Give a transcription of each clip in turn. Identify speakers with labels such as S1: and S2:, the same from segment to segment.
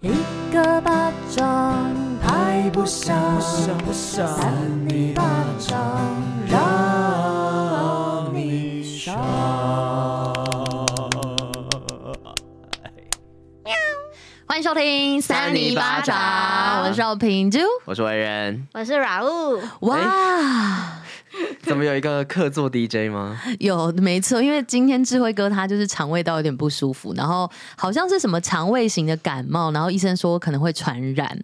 S1: 一个巴掌拍不响，
S2: 不想
S1: 扇你巴掌让你爽。
S3: 欢迎收听《
S2: 三里巴掌
S3: 我是赵平啾。
S2: 我是为人，
S4: 我是软物，
S3: 哇，
S2: 怎么有一个客座 DJ 吗？
S3: 有没错，因为今天智慧哥他就是肠胃道有点不舒服，然后好像是什么肠胃型的感冒，然后医生说可能会传染。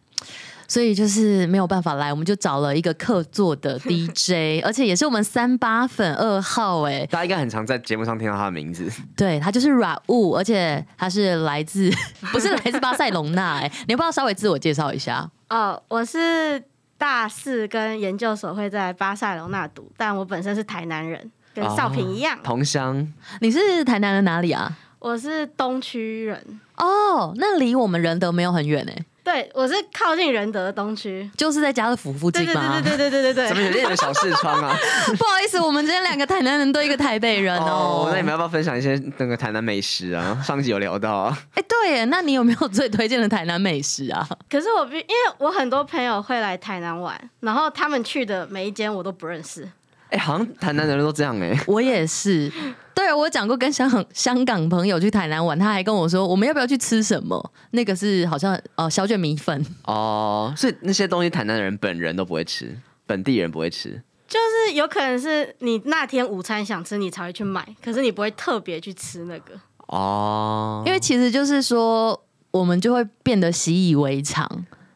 S3: 所以就是没有办法来，我们就找了一个客座的 DJ，而且也是我们三八粉二号哎、
S2: 大家应该很常在节目上听到他的名 字。
S3: 对他就是软物，而且他是来自 不是来自巴塞隆纳哎、 你要不要稍微自我介绍一下？
S4: 哦，我是大四跟研究所会在巴塞罗那读，但我本身是台南人，跟少平一样，
S2: 哦同乡，
S3: 你是台南的哪里啊？
S4: 我是东区人，
S3: 哦，那离我们仁德没有很远哎、
S4: 对我是靠近仁德的东区，
S3: 就是在家乐福附近
S4: 对对
S3: 吗？
S4: 对对对对对
S2: 怎么
S4: 对
S2: 有点小视窗 啊？
S3: 不好意思，我们今天两个台南人对一个台北人哦
S2: 哦。，那你们要不要分享一些那个台南美食 啊？上集有聊到啊，
S3: 哎、对耶，那你有没有最推荐的台南美食啊？
S4: 可是我必因为我很多朋友会来台南玩，然后他们去的每一间我都不认识，
S2: 哎、好像台南人都这样哎、
S3: 我也是，对我讲过跟香港香港朋友去台南玩，他还跟我说我们要不要去吃什么？那个是好像呃小卷米粉，
S2: 哦，所以那些东西台南人本人都不会吃，本地人不会吃。
S4: 就是有可能是你那天午餐想吃，你才会去买，可是你不会特别去吃那个。
S2: 哦，
S3: 因为其实就是说我们就会变得习以为常，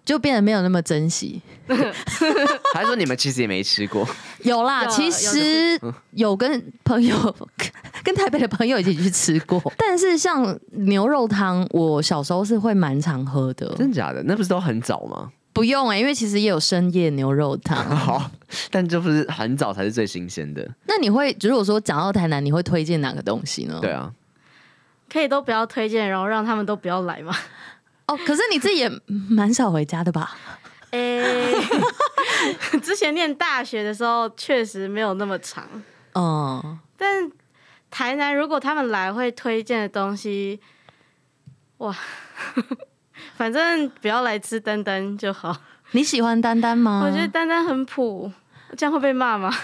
S3: 就变得没有那么珍惜。
S2: 还是说你们其实也没吃过？
S3: 有啦，
S4: 有
S3: 其实
S2: 嗯
S3: 有跟朋友、跟台北的朋友一起去吃 过，但是像牛肉汤，我小时候是会蛮常喝的。
S2: 真的假的？那不是都很早吗？
S3: 不用哎、因为其实也有深夜牛肉 汤。
S2: 好，但就不是很早才是最新鲜的。
S3: 那你会如果说讲到台南，你会推荐哪个东西呢？
S2: 对啊，
S4: 可以都不要推荐，然后让他们都不要来吗？
S3: 哦，可是你自己也蛮少回家的吧？
S4: 诶、哎 之前念大学的时候确实没有那么长，
S3: 嗯，
S4: 但台南如果他们来会推荐的东西，哇， 反正不要来吃丹丹就好。
S3: 你喜欢丹丹
S2: 嗯
S3: 吗？
S4: 我觉得丹丹很普，这样会被骂吗？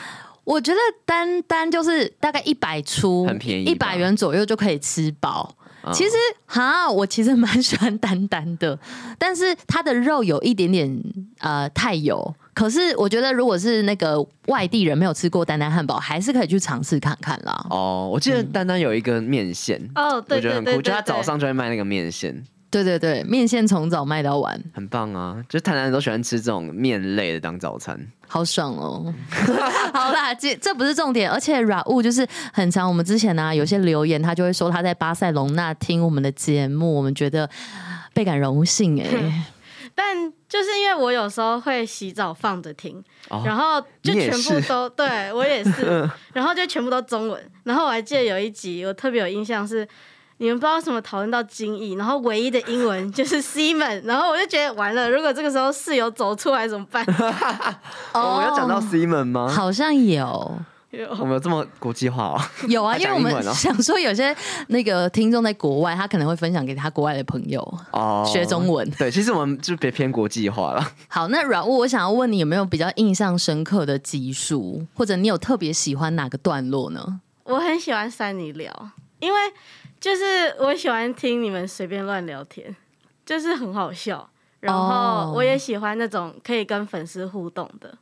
S3: 我觉得丹丹就是大概一百出，
S2: 很便宜吧
S3: 一百元左右就可以吃饱。
S2: 嗯
S3: 其实哈，我其实蛮喜欢丹丹的，但是它的肉有一点点呃太油。可是我觉得，如果是那个外地人没有吃过丹丹汉堡，还是可以去尝试看看啦。
S2: 哦，我记得丹丹有一个面线，
S4: 哦，对
S2: 我觉得
S4: 对对
S2: 很
S4: 对
S2: 酷，
S4: 对
S2: 就他早上就会卖那个面线，
S3: 对对对，面线从早卖到晚，
S2: 很棒啊！就是台南人都喜欢吃这种面类的当早餐。
S3: 好爽哦！ 好啦，这这不是重点，而且软物就是很长。我们之前呢、有些留言他就会说他在巴塞隆纳听我们的节目，我们觉得倍感荣幸哎、
S4: 但就是因为我有时候会洗澡放着听，
S2: 哦
S4: 然后就
S2: 你也
S4: 全部
S2: 是嗯
S4: 都对我也是， 然后就全部都中文。然后我还记得有一集我特别有印象是，你们不知道为什么讨论到精益，然后唯一的英文就是 Simon，然后我就觉得完了，如果这个时候室友走出来怎么 办？
S2: 哦，我要讲到 Simon 吗？
S3: 好像有
S2: 我们有这么国际化哦。
S3: 有啊，
S2: 他
S3: 因为
S2: 讲
S3: 我
S2: 英
S3: 们
S2: 文哦
S3: 想说有些那个听众在国外，他可能会分享给他国外的朋友。
S2: 哦，
S3: 学中文
S2: 对，其实我们就别偏国际化 了。
S3: 好，那软物，我想要问你有没有比较印象深刻的集数，或者你有特别喜欢哪个段落呢？
S4: 我很喜欢三你聊，因为就是我喜欢听你们随便乱聊天，就是很好笑。然
S3: 哦
S4: 后我也喜欢那种可以跟粉丝互动的。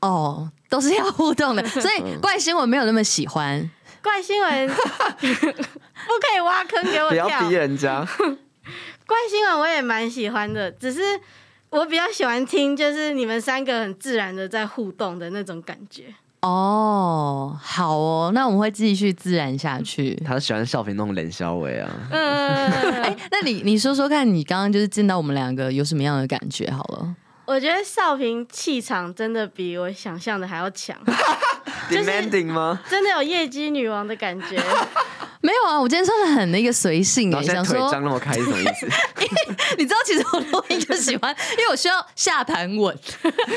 S3: 哦，都是要互动的， 所以怪新闻没有那么喜欢。
S4: 怪新 闻 不可以挖坑给我
S2: 不要
S3: 啊
S4: 跳。
S2: 逼人家。
S4: 怪新啊闻我也蛮喜欢的，只是我比较喜欢听就是你们三个很自然的在互动的那种感觉。
S3: 哦，好哦，那我们会继续自然下去。
S2: 他喜欢少平那种冷笑伟啊。
S4: 嗯，
S3: 哎、那你你说说看，你刚刚就是见到我们两个有什么样的感觉？好了，
S4: 我觉得少平气场真的比我想象的还要强，就是
S2: Demanding 吗？
S4: 真的有业绩女王的感 觉。
S3: 没有啊，我今天穿的很那个随性、
S2: 然
S3: 欸，
S2: 后现在
S3: 想
S2: 腿
S3: 说，
S2: 张那么开是什么意 思？
S3: 你知道其实我录音就喜欢，因为我需要下盘稳，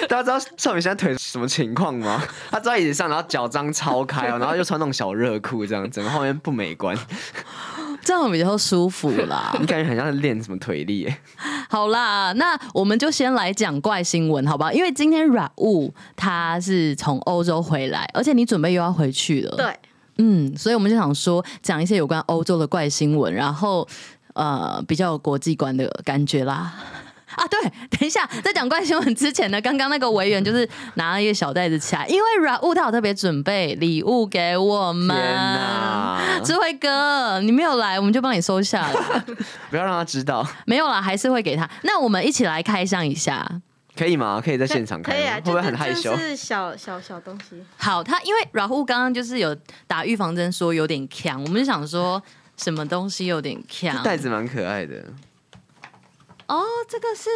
S2: 大家知道少平现在腿什么情况吗？他坐在椅子上，然后脚张超开 哦，然后又穿那种小热裤，这样整个画面不美观。
S3: 这样比较舒服啦。
S2: 你感觉很像在练什么腿力耶？
S3: 好啦，那我们就先来讲怪新闻，好不好？因为今天软物他是从欧洲回来，而且你准备又要回去了，，
S4: 对，
S3: 嗯，所以我们就想说讲一些有关欧洲的怪新闻，然后呃比较有国际观的感觉啦。 啊，对，等一下，在讲怪新闻之前呢，刚刚那个委员就是拿了一个小袋子起来，因为软物他有特别准备礼物给我们。
S2: 天哪，
S3: 智慧哥，你没有来，我们就帮你收下了。
S2: 不要让他知道，
S3: 没有啦，还是会给他。那我们一起来开箱一下。
S2: 可以吗？可以在现场
S4: 可
S2: 开
S4: 以
S2: 吗，
S4: 啊，
S2: 会不
S4: 就
S2: 会
S4: 是
S2: 很害羞
S4: 就？是小小小东西，
S3: 好，他因为软户刚刚就是有打预防针，说有点强，我们就想说什么东西有点强。
S2: 袋子蛮可爱的，
S3: 哦，这个是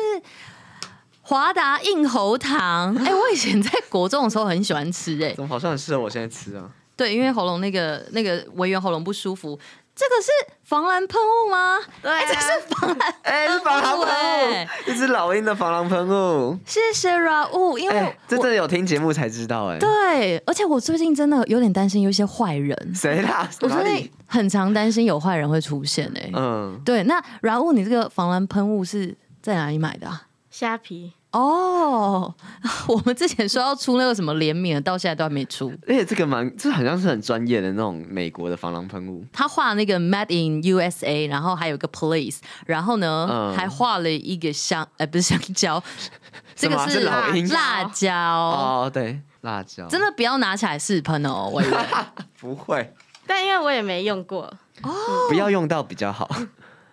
S3: 华达硬喉 糖。哎、我以前在国中的时候很喜欢吃、哎
S2: 怎，么好像很适合我现在吃啊？
S3: 对，因为喉咙那个那个维园喉咙不舒服。这个是防狼喷雾吗？
S4: 对啊
S3: 哎这是防狼，
S2: 哎，是防狼喷
S3: 哎
S2: 雾，一只老鹰的防狼喷雾。
S3: 谢谢软物，因为我、
S2: 哎，这真的有听节目才知道哎。
S3: 对，而且我最近真的有点担心，有一些坏人，
S2: 谁啦？
S3: 我
S2: 哪
S3: 最
S2: 里
S3: 近？很常担心有坏人会出现哎、
S2: 嗯，
S3: 对，那然后你这个防狼喷雾是在哪里买的啊？
S4: 虾皮，
S3: 哦、 我们之前说要出那个什么联名的，到现在都还没出。
S2: 而且这个蛮，这好像是很专业的那种美国的防狼喷雾。
S3: 他画那个 Made in USA，然后还有一个 Police，然后呢、
S2: 嗯
S3: 还画了一个香，哎、不是香 蕉，这个
S2: 什么啊
S3: 是
S2: 是老鹰
S3: 辣椒。
S2: 哦，对，辣椒。
S3: 真的不要拿起来试喷哦， 我以为
S2: 不会，
S4: 但因为我也没用过，
S2: 不要用到比较好。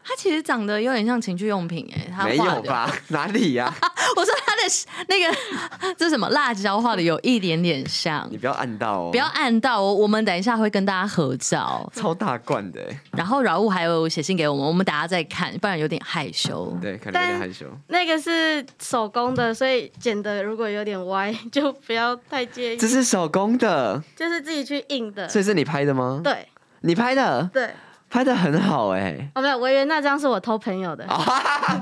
S3: 它其实长得有点像情趣用品哎、它
S2: 没
S3: 画
S2: 有
S3: 的
S2: 吧？哪里呀？
S3: 我说他的那个 这是什么辣椒画的有一点点像
S2: 你，不要按到哦，
S3: 不要按到我。我们等一下会跟大家合照，
S2: 超大罐的欸。
S3: 然后饶物还有写信给我们，我们大家再看，不然有点害 羞。
S2: 对，可能有
S4: 但
S2: 点害羞。
S4: 那个是手工的，所以剪的如果有点歪，就不要太介意，
S2: 这是手工的，
S4: 就是自己去印的。
S2: 所以是你拍的吗？
S4: 对
S2: 你拍的，
S4: 对，
S2: 拍的很好哎。
S4: 哦没有，维园那张是我偷朋友的，
S2: 哦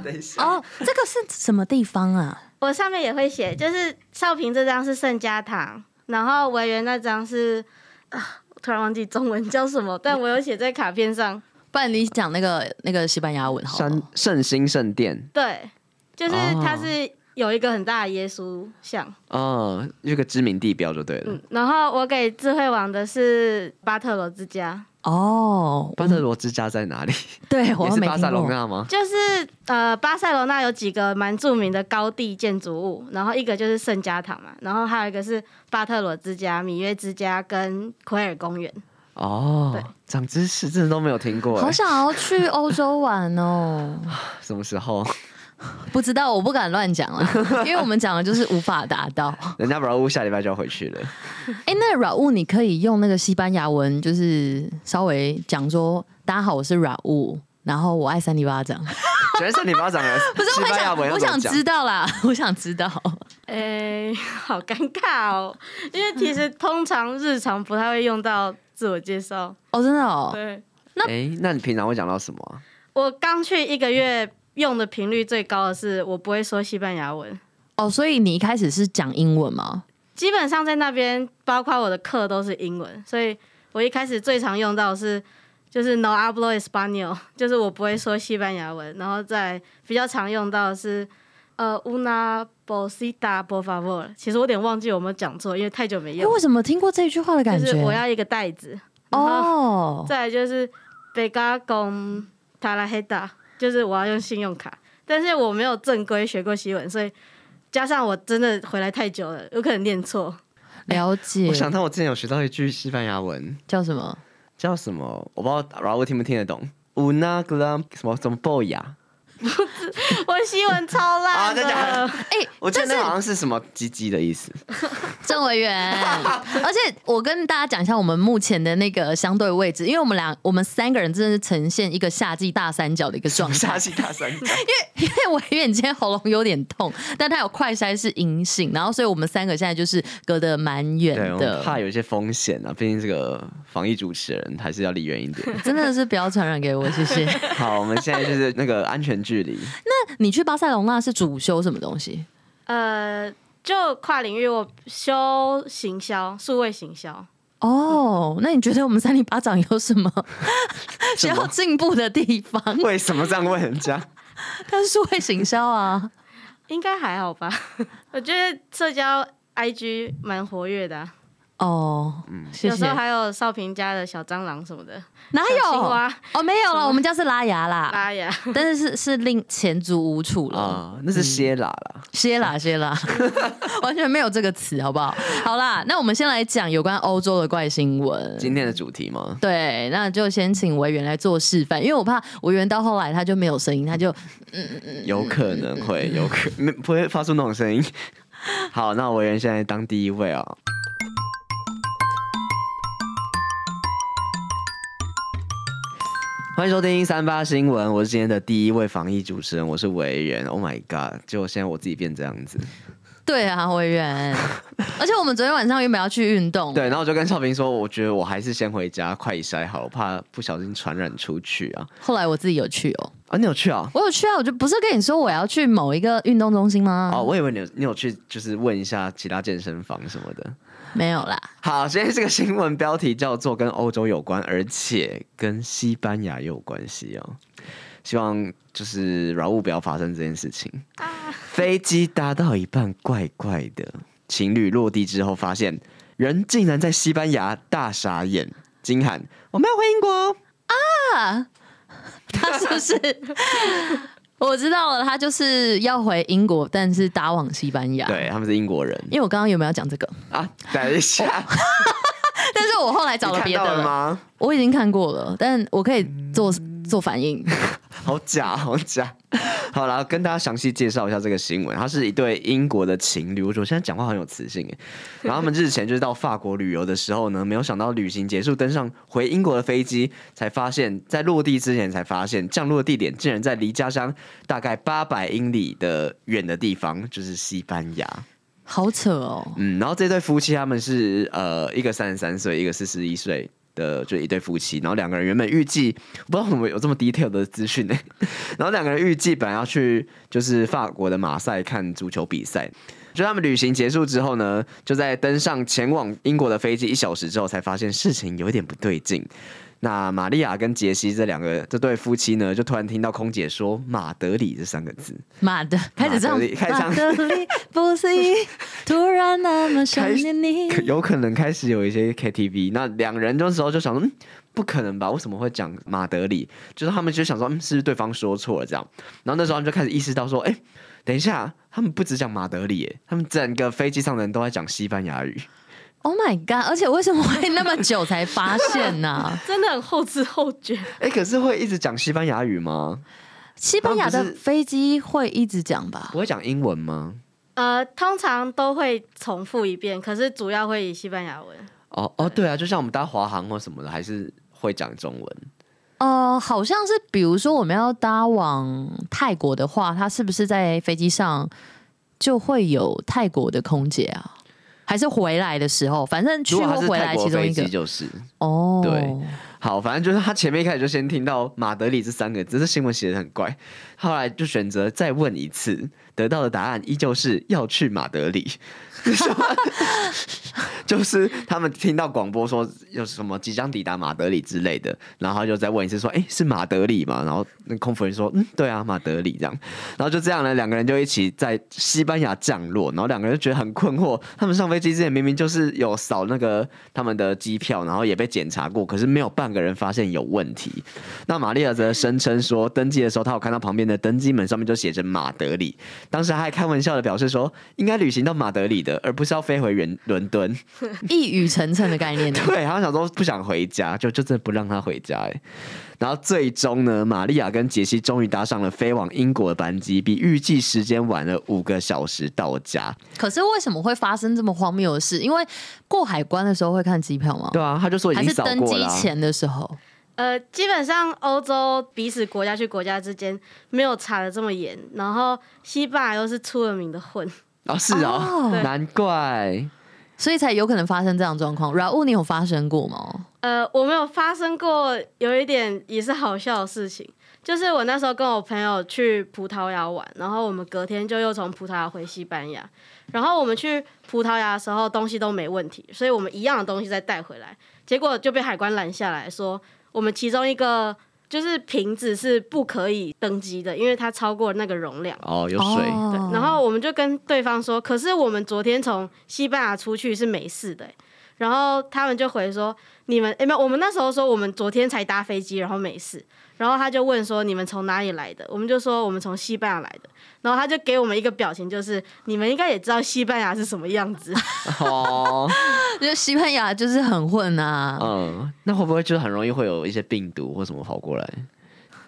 S2: 等一下，
S3: 哦，这个是什么地方啊？
S4: 我上面也会写，就是少平这张是圣家堂，然后维园那张是啊，我突然忘记中文叫什么，但我有写在卡片上。
S3: 不然你讲那个那个西班牙文好
S2: 山
S3: 了。
S2: 圣心圣殿，
S4: 对，就是
S2: 哦
S4: 它是有一个很大的耶稣像，
S2: 嗯，有个知名地标就对了
S4: 嗯。，然后我给智慧王的是巴特罗之家，
S3: 哦，
S2: 巴特罗之家在哪里？
S3: 对， 我
S2: 也
S3: 好像
S2: 是
S3: 没
S2: 巴塞
S3: 听
S2: 隆
S3: 过。
S2: 纳吗？
S4: 就是呃，巴塞罗那有几个蛮著名的高地建筑物，然后一个就是圣家堂嘛，然后还有一个是巴特罗之家、米约之家跟奎尔公园。
S2: 哦
S4: 对，
S2: 长知识，真的都没有听过
S3: 好
S2: 哎。
S3: 想要去欧洲玩哦，
S2: 什么时候？
S3: 不知道，我不敢乱讲了，因为我们讲的就是无法达到。
S2: 人家不然下礼拜就要回去了。
S3: 哎、那软物你可以用那个西班牙文，就是稍微讲说：“大家好，我是软物，然后我爱三里 巴掌。
S2: 全是你巴掌的
S3: 不是，
S2: 西
S3: 我
S2: 班
S3: 还
S2: 牙
S3: 想，
S2: 文要
S3: 我
S2: 怎么
S3: 想
S2: 讲
S3: 知道啦， 我想知道。
S4: 哎、 好尴尬哦，因为其实通常日常不太会用到自我介绍。
S3: 哦，真的哦，
S4: 对，
S2: 哎，那你平常会讲到什么啊？
S4: 我刚去一个月，用的频率最高的是我不会说西班牙文，
S3: 哦，所以你一开始是讲英文吗？
S4: 基本上在那边，包括我的课都是英文，所以我一开始最常用到的是就是 no hablo español，就是 我不会说西班牙文，然后再比较常用到的是呃 una bolsita por favor，其实我有点忘记我有没有讲错，因为太久没
S3: 哎，
S4: 用，
S3: 为什么听过这句话的感
S4: 就
S3: 觉？
S4: 是我要一个袋子，然后
S3: 哦，
S4: 再来就是 Bega Gom Talaheda，就是我要用信用卡，但是我没有正规学过西文，所以加上我真的回来太久了，有可能念错。
S3: 了解
S2: 我，想到我之前有学到一句西班牙文，
S3: 叫什么？
S2: 叫什么？我不知道然后我听不听得懂。Una gran 什么什么 boya
S4: 我西文超 烂的，
S2: 啊
S3: 哎、
S2: 我记
S3: 这
S2: 得
S3: 是
S2: 那好像是什么鸡鸡的意思。
S3: 郑委员， 而且我跟大家讲一下我们目前的那个相对位置，因为我们俩我们三个人真的是呈现一个夏季大三角的一个 状态
S2: 下。戏大三角，
S3: 因为我因为你今天喉咙有点痛，但他有快筛是阴性，然后所以我们三个现在就是隔得蛮远
S2: 对，我们
S3: 的，
S2: 怕有一些风险啊，毕竟这个防疫主持人还是要离远一点。
S3: 真的是不要传染给我，谢谢。
S2: 好，我们现在就是那个安全距离。
S3: 你去巴塞隆纳是主修什么东西？
S4: 呃，就跨领域，我修行销，数位行销。
S3: 哦，那你觉得我们三零巴掌有什么需
S2: 什
S3: 要
S2: 么
S3: 进步的地方？
S2: 为什么这样问人家？
S3: 但是会行销啊，
S4: 应该还好吧？ 我觉得社交 IG 蛮活跃的啊、
S3: 哦，
S2: 嗯
S3: 谢哎
S4: 有时
S3: 谢
S4: 候。还有少平家的小蟑螂什么的，
S3: 哪
S4: 小青
S3: 有
S4: 蛙？
S3: 哦，没有了，我们家是拉牙啦，
S4: 拉呀，
S3: 但是是是另前足无处了。
S2: 啊，那是歇啦啦。
S3: 歇啦歇啦，完全没有这个词，好不好？好啦，那我们先来讲有关欧洲的怪新闻。
S2: 今天的主题吗？
S3: 对，那就先请维园来做示范，因为我怕维园到后来他就没有声音，他就
S2: 有可能会，有可没不会发出那种声音。 好，那我原先来当第一位啊、欢迎收听三八新闻，我是今天的第一位防疫主持人，我是维人。Oh my god！结果现在我自己变这样子，
S3: 对啊，维园。而且我们昨天晚上原本要去运动，
S2: 对，然后我就跟少平说，我觉得我还是先回家快一筛好了，我怕不小心传染出去啊。
S3: 后来我自己有去哦，
S2: 啊，你有去啊？
S3: 我有去啊，我就不是跟你说我要去某一个运动中心吗？
S2: 哦，我以为你有你有去，就是问一下其他健身房什么的。
S3: 没有啦，
S2: 好，今天这个新闻标题叫做“跟欧洲有关，而且跟西班牙也有关系哦”。希望就是软物不要发生这件事情。飞机搭到一半，怪怪的，情侣落地之后发现人竟然在西班牙，大傻眼，惊喊：“我们要回英国！”哦
S3: 他是不是？我知道了，他就是要回英国，但是搭往西班牙。，
S2: 对，他们是英国人
S3: 因为我刚刚有没有讲这 个？
S2: 啊。等一下，
S3: 但是我后来哦找
S2: 你
S3: 了
S2: 看
S3: 别的
S2: 到了
S3: 了
S2: 吗？嗯
S3: 我已经看过了，但我可以做做反应。
S2: 好假，好假。好啦，跟大家详细介绍一下这个新闻。它是一对英国的情侣，我觉得我现在讲话很有磁性耶。欸然后他们日前就是到法国旅游的时候呢，没有想到旅行结束登上回英国的飞机，才发现在落地之前才发现降落地点竟然在离家乡大概八百英里的远的地方，就是西班牙。
S3: 好扯哦，
S2: 嗯，然后这对夫妻他们是呃，一个三十三岁，一个四十一岁的，就一对夫妻。然后两个人原本预计，我不知道怎么有这么 detail 的资讯呢。 然后两个人预计本来要去就是法国的马赛看足球比赛。就他们旅行结束之后呢，就在登上前往英国的飞机一小时之后，才发现事情有一点不对劲。那玛利亚跟杰西这两个这对夫妻呢，就突然听到空姐说“马德里”这三个字，
S3: 马的开始唱，
S2: 马德里开始唱
S3: 马德里不思议，突然那么想念你。
S2: 可有可能开始有一些 KTV，那两人那时候就想说，嗯，不可能吧？为什么会讲马德里？就是他们就想说，嗯，是不是对方说错了这样？然后那时候他们就开始意识到说，哎、等一下，他们不只讲马德里，哎，他们整个飞机上的人都在讲西班牙语。
S3: Oh my god！而且为什么会那么久才发现呢、
S4: 真的很后知后觉。
S2: 哎、可是会一直讲西班牙语吗？
S3: 西班牙
S2: 他们
S3: 的
S2: 不是
S3: 飞机会一直讲吧？
S2: 不会讲英文吗？
S4: 呃，通常都会重复一遍，可是主要会以西班牙文。
S2: 哦哦，对啊，就像我们搭华航或什么的，还是会讲中文。
S3: 呃，好像是，比如说我们要搭往泰国的话，它是不是在飞机上就会有泰国的空姐啊？还是回来的时候，反正去
S2: 如果
S3: 或
S2: 他是
S3: 回
S2: 泰
S3: 来
S2: 国
S3: 其中
S2: 飞
S3: 一
S2: 机
S3: 个
S2: 就是。
S3: 哦，
S2: 对，好，反正就是他前面一开始就先听到马德里这三个字，这新闻写的很怪，后来就选择再问一次，得到的答案依旧是要去马德里， 就是他们听到广播说有什么即将抵达马德里之类的，然后他就再问一次说，哎、是马德里吗？然后那空服人说，嗯，对啊，马德里这样，然后就这样呢，两个人就一起在西班牙降落，然后两个人就觉得很困惑，他们上飞机之前明明就是有扫那个他们的机票，然后也被检查过，可是没有半个人发现有问题。那玛丽尔则声称说，登机的时候她有看到旁边的登机门上面就写着马德里，当时她还开玩笑的表示说，应该旅行到马德里的，而不是要飞回伦伦敦。。
S3: 一语成谶的概念呢
S2: 对，他想说不想回家，就就真的不让他回家哎。然后最终呢，玛利亚跟杰西终于搭上了飞往英国的班机，比预计时间晚了五个小时到家。
S3: 可是为什么会发生这么荒谬的事？因为过海关的时候会看机票吗？
S2: 对啊，他就说已
S3: 还
S2: 经
S3: 是
S2: 扫
S3: 登
S2: 过
S3: 机
S2: 了啊、
S3: 前的时候？
S4: 呃，基本上欧洲彼此国家去国家之间没有查的这么严，然后西班牙又是出了名的混，
S2: 啊，是啊、
S3: 哦
S4: 对
S2: 难怪。
S3: 所以才有可能发生这样的状况。然后你有发生过吗？
S4: 呃，我没有发生过有一点也是好笑的事情，就是我那时候跟我朋友去葡萄牙玩，然后我们隔天就又从葡萄牙回西班牙，然后我们去葡萄牙的时候东西都没问题，所以我们一样的东西再带回来，结果就被海关拦下来说我们其中一个就是瓶子是不可以登机的，因为它超过那个容量。
S2: 哦，有水，
S4: 对，
S3: 嗯
S4: 然 后我们就跟对方说，可是我们昨天从西班牙出去是没事的欸、然后他们就回说，你们诶没有，我们那时候说我们昨天才搭飞机，然后没事。然后他就问说你们从哪里来的？我们就说我们从西班牙来的。然后他就给我们一个表情，就是你们应该也知道西班牙是什么样子。
S2: 哦，
S3: 就西班牙就是很混啊，
S2: 嗯，那会不会就是很容易会有一些病毒或什么跑过来？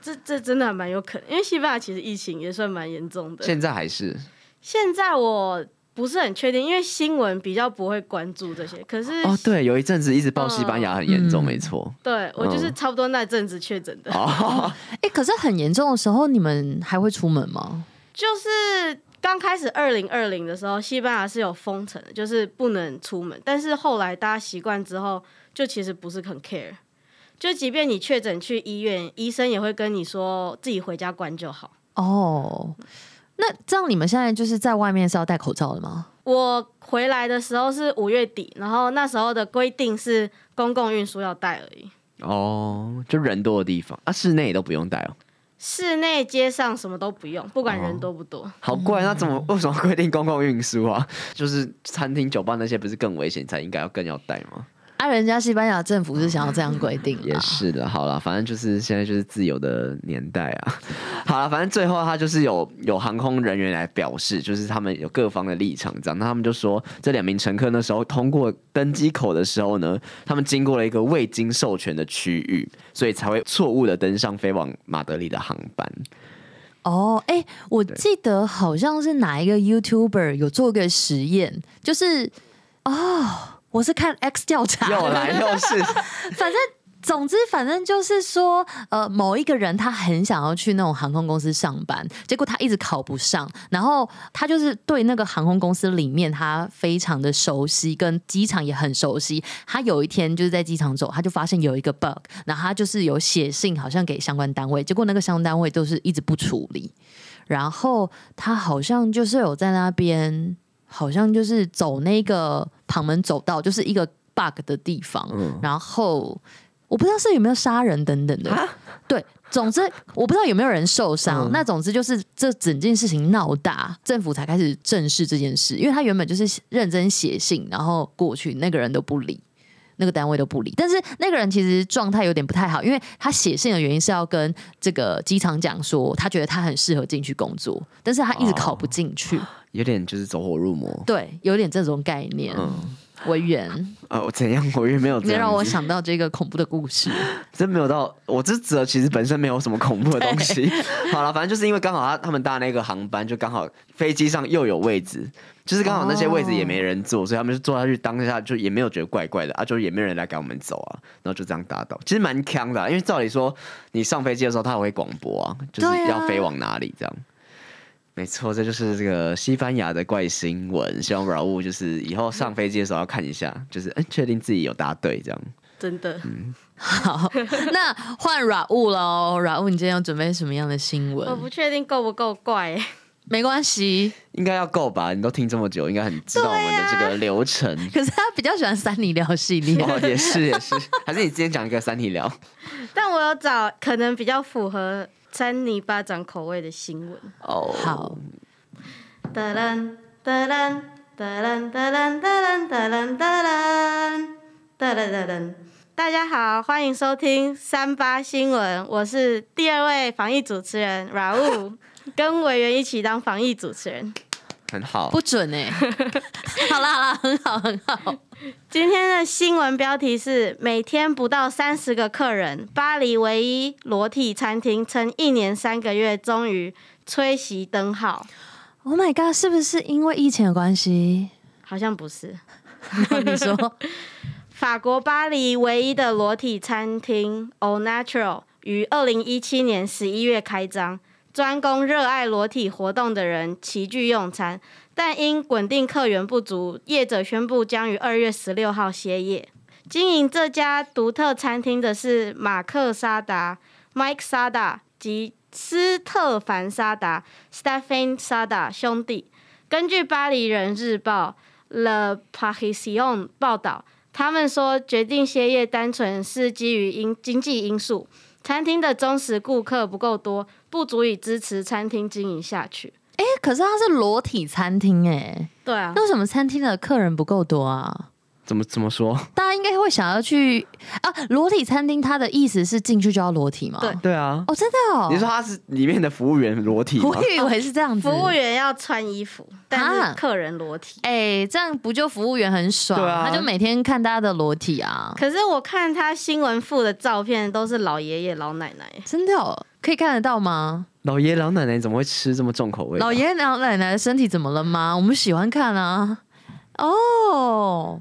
S4: 这这真的还蛮有可能，因为西班牙其实疫情也算蛮严重的。
S2: 现在还是
S4: 现在我不是很确定，因为新闻比较不会关注这些。可是
S2: 哦，对，有一阵子一直报西班牙很严重，
S3: 嗯
S2: 没错。
S4: 对我就是
S2: 嗯
S4: 差不多那阵子确诊的，
S2: 哦，
S3: 哎、可是很严重的时候，你们还会出门吗？
S4: 就是刚开始二零二零的时候，西班牙是有封城的，就是不能出门。但是后来大家习惯之后，就其实不是很 care。就即便你确诊去医院，医生也会跟你说自己回家关就好。
S3: 哦，那这样你们现在就是在外面是要戴口罩的吗？
S4: 我回来的时候是五月底，然后那时候的规定是公共运输要带而已，
S2: 哦，就人多的地方啊，室内也都不用戴哦。
S4: 室内、街上什么都不用，不管人多不多。
S2: 好怪，那怎么为什么规定公共运输啊？ 就是餐厅、酒吧那些不是更危险才应该要更要戴吗？
S3: 啊，人家西班牙政府是想要这样规定啊
S2: 也
S3: 啦。
S2: 是的，好啦，反正就是现在就是自由的年代啊。 好啦，反正最后他就是有有航空人员来表示，就是他们有各方的立场这样。那他们就说，这两名乘客那时候通过登机口的时候呢，他们经过了一个未经授权的区域，所以才会错误的登上飞往马德里的航 班。
S3: 哦，哎、我记得好像是哪一个 YouTuber 有做个实验，就是哦，我是看 X 调查
S2: 又
S3: 的，
S2: 来又是，
S3: 反正。总之，反正就是说，呃，某一个人他很想要去那种航空公司上班，结果他一直考不上，然后他就是对那个航空公司里面他非常的熟悉，跟机场也很熟悉。他有一天就是在机场走，他就发现有一个 bug，然后他就是有写信好像给相关单位，结果那个相关单位都是一直不处理，然后他好像就是有在那边，好像就是走那个旁门走道，就是一个 bug 的地方，然后我不知道是有没有杀人等等的，对。总之，我不知道有没有人受伤。那总之就是这整件事情闹大，政府才开始正视这件事。因为他原本就是认真写信，然后过去那个人都不理，那个单位都不理。但是那个人其实状态有点不太好，因为他写信的原因是要跟这个机场讲说，他觉得他很适合进去工作，但是他一直考不进去。
S2: 有点就是走火入魔。
S3: 对，有点这种概念。委员，
S2: 呃，我怎样？我也没嗯有这
S3: 你
S2: 样，
S3: 让我，想到这个恐怖的故事。
S2: 真没有到，我这指的其实本身没有什么恐怖的东西。 好了，反正就是因为刚好他他们搭那个航班，就刚好飞机上又有位置，就是刚好那些位置也没人坐，所以他们就坐下去，当下就也没有觉得怪怪的啊，就也没有人来赶我们走啊，然后就这样搭到，其实蛮坑的啊、因为照理说你上飞机的时候他也会广播啊，就是
S3: 对啊
S2: 要飞往哪里这样。没错，这就是这个西班牙的怪新闻。希望饶物就是以后上飞机的时候要看一下，就是嗯，确定自己有答对这样。
S4: 真的，
S3: 好，那换软物喽，软物，你今天要准备什么样的新
S4: 我不
S3: 闻？
S4: 确定够不够怪、
S3: 没关系，
S2: 应该要够吧？你都听这么久，应该很知道我们的这个流程。
S3: 可是他比较喜欢三里聊系 列。
S2: 哦，也是也是，还是你今天讲一个三体聊
S4: 但我有找可能比较符合三尼巴掌口味的新闻。
S2: 哦。
S3: 好，
S4: 哒噔哒噔哒噔哒噔哒噔哒噔哒噔哒噔哒噔。大家好，欢迎收听三八新闻，我是第二位防疫主持人 r 物，跟委员一起当防疫主持人。
S2: 很好。
S3: 不准哎、 好啦好啦，很好很好。
S4: 今天的新闻标题是：每天不到三十个客人，巴黎唯一裸体餐厅撑一年三个月，终于吹熄灯号。
S3: Oh my god，是不是因为疫情的关系？
S4: 好像不是，
S3: 你 说
S4: 法国巴黎唯一的裸体餐厅 o Natural 于二零一七年十一月开张，专供热爱裸体活动的人齐聚用餐，但因稳定客源不足，业者宣布将于二月十六号歇业。经营这家独特餐厅的是马克·沙达 （Mike Sada） 及斯特凡·沙达 （Stephen Sada） 兄弟。根据《巴黎人日报》（Le Parisien） 报道，他们说决定歇业单纯是基于因经济因素，餐厅的忠实顾客不够多，不足以支持餐厅经营下去。
S3: 哎、可是它是裸体餐厅哎、
S4: 对啊，
S3: 那为什么餐厅的客人不够多啊？
S2: 怎么怎么说？
S3: 大家应该会想要去啊，裸体餐厅，它的意思是进去就要裸体吗？
S4: 对
S2: 对啊，
S3: 哦，真的哦。
S2: 你说他是里面的服务员裸体吗
S3: 我？以为是这样子。
S4: 服务员要穿衣服，
S3: 嗯
S4: 但是客人裸体。
S3: 哎、这样不就服务员很爽？
S2: 对啊
S3: 他就每天看大家的裸体啊，
S4: 可是我看他新闻附的照片都是老爷爷老奶奶，
S3: 真的哦，可以看得到吗？
S2: 老爷老奶奶怎么会吃这么重口味啊的？
S3: 老爷爷老奶奶的身体怎么了吗？我们喜欢看啊。哦，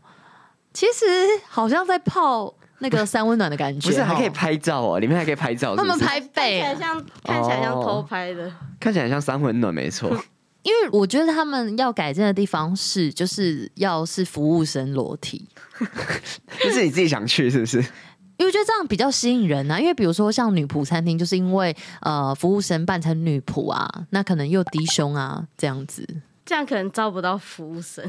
S3: 其实好像在泡那个三温暖的感觉，
S2: 不是还可以
S3: 哦
S2: 拍照哦，里面还可以拍照是
S3: 他
S2: 不是，
S3: 们拍
S4: 看起
S3: 背啊、
S4: 来像看起来像偷拍的。
S2: 看起来很像三魂暖，没错。
S3: 因为我觉得他们要改进的地方是，就是要是服务生裸体，
S2: 这是你自己想去是不是？
S3: 因为我觉得这样比较吸引人啊。因为比如说像女仆餐厅，就是因为呃服务生扮成女仆啊，那可能又低胸啊这样子。
S4: 这样可能招不到服务生，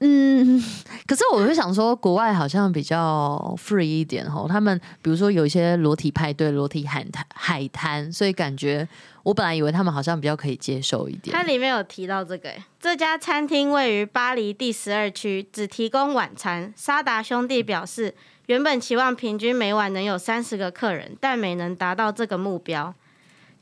S3: 嗯， 可是我就想说，国外好像比较 free 一点吼，他们比如说有一些裸体派对、裸体海滩、海滩，所以感觉我本来以为他们好像比较可以接受一点
S4: 它。里面有提到这个、欸。这家餐厅位于巴黎第十二区，只提供晚餐。沙达兄弟表示，原本期望平均每晚能有三十个客人，但没能达到这个目标。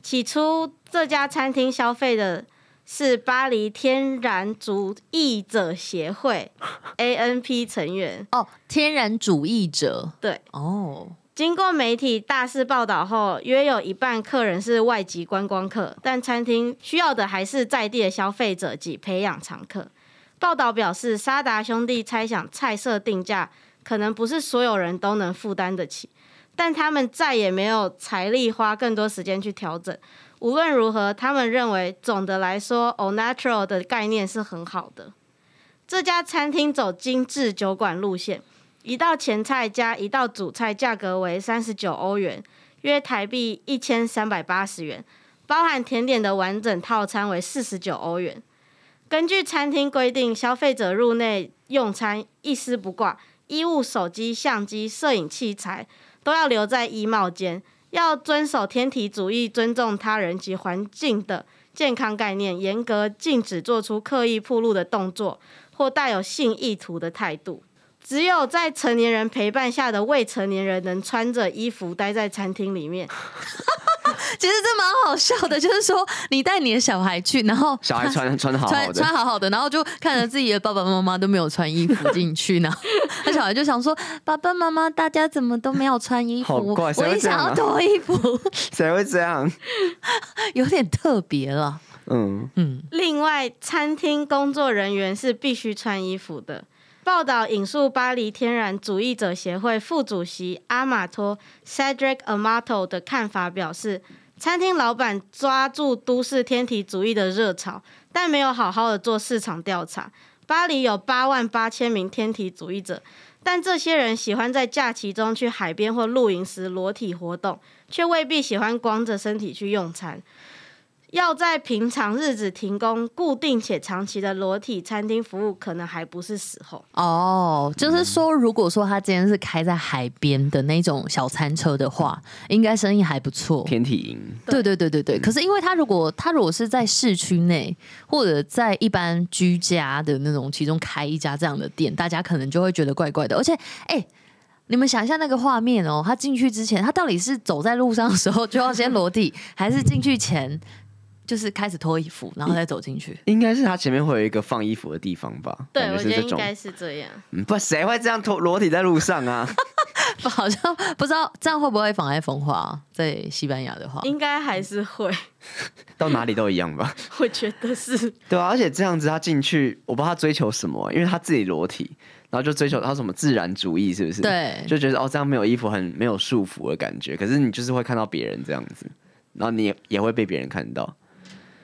S4: 起初，这家餐厅消费的是巴黎天然主义者协会 （ANP） 成员。
S3: 哦，天然主义者
S4: 对，
S3: 哦，
S4: 经过媒体大肆报道后，约有一半客人是外籍观光客，但餐厅需要的还是在地的消费者及培养常客。报道表示，沙达兄弟猜想菜色定价可能不是所有人都能负担得起，但他们再也没有财力花更多时间去调整。无论如何，他们认为总的来说，O Natural 的概念是很好的。这家餐厅走精致酒馆路线，一道前菜加一道主菜价格为三十九欧元，约台币一千三百八十元，包含甜点的完整套餐为四十九欧元。根据餐厅规定，消费者入内用餐一丝不挂，衣物、手机、相机、摄影器材都要留在衣帽间，要遵守天体主义、尊重他人及环境的健康概念，严格禁止做出刻意暴露的动作或带有性意图的态度。只有在成年人陪伴下的未成年人能穿着衣服待在餐厅里面。
S3: 其实这蛮好笑的，就是说你带你的小孩去，然后
S2: 小孩穿穿的好好
S3: 穿
S2: 的
S3: 穿，好好的，然后就看着自己的爸爸妈妈都没有穿衣服进去， 然后那小孩就想说：“爸爸妈妈，大家怎么都没有穿衣
S2: 好
S3: 服？
S2: 怪谁
S3: 我
S2: 会
S3: 也
S2: 这样
S3: 想
S2: 啊
S3: 要脱衣服，
S2: 谁会这样？
S3: 有点特别了。
S2: 嗯，”
S4: 另外，餐厅工作人员是必须穿衣服的。报道引述巴黎天然主义者协会副主席阿马托 （Cedric Amato） 的看法表示，餐厅老板抓住都市天体主义的热潮，但没有好好的做市场调查。巴黎有八万八千名天体主义者，但这些人喜欢在假期中去海边或露营时裸体活动，却未必喜欢光着身体去用餐。要在平常日子提供固定且长期的裸体餐厅服务，可能还不是时候。
S3: 哦，就是说，
S2: 嗯
S3: 如果说他今天是开在海边的那种小餐车的话，应该生意还不错。
S2: 天体营
S3: 对对对对对，可是因为他如果他如果是在市区内或者在一般居家的那种其中开一家这样的店，大家可能就会觉得怪怪的。而且，哎、你们想一下那个画面哦，他进去之前，他到底是走在路上的时候就要先裸体，还是进去前就是开始脱衣服，然后再走进去？
S2: 应该是他前面会有一个放衣服的地方吧？
S4: 对，
S2: 感
S4: 我
S2: 是
S4: 觉
S2: 这
S4: 得应
S2: 种。
S4: 该是这样。
S2: 嗯，不，谁会这样脱裸体在路上 啊？
S3: 好像不知道这样会不会妨碍风化啊，在西班牙的话，
S4: 应该还是 会，
S2: 到哪里都一样吧？
S4: 我觉得是。
S2: 对啊，而且这样子他进去，我不知道他追求什么，因为他自己裸体，然后就追求他什么自然主义，是不是？
S3: 对
S2: 就觉得哦，这样没有衣服很没有束缚的感觉。可是你就是会看到别人这样子，然后你也也会被别人看到。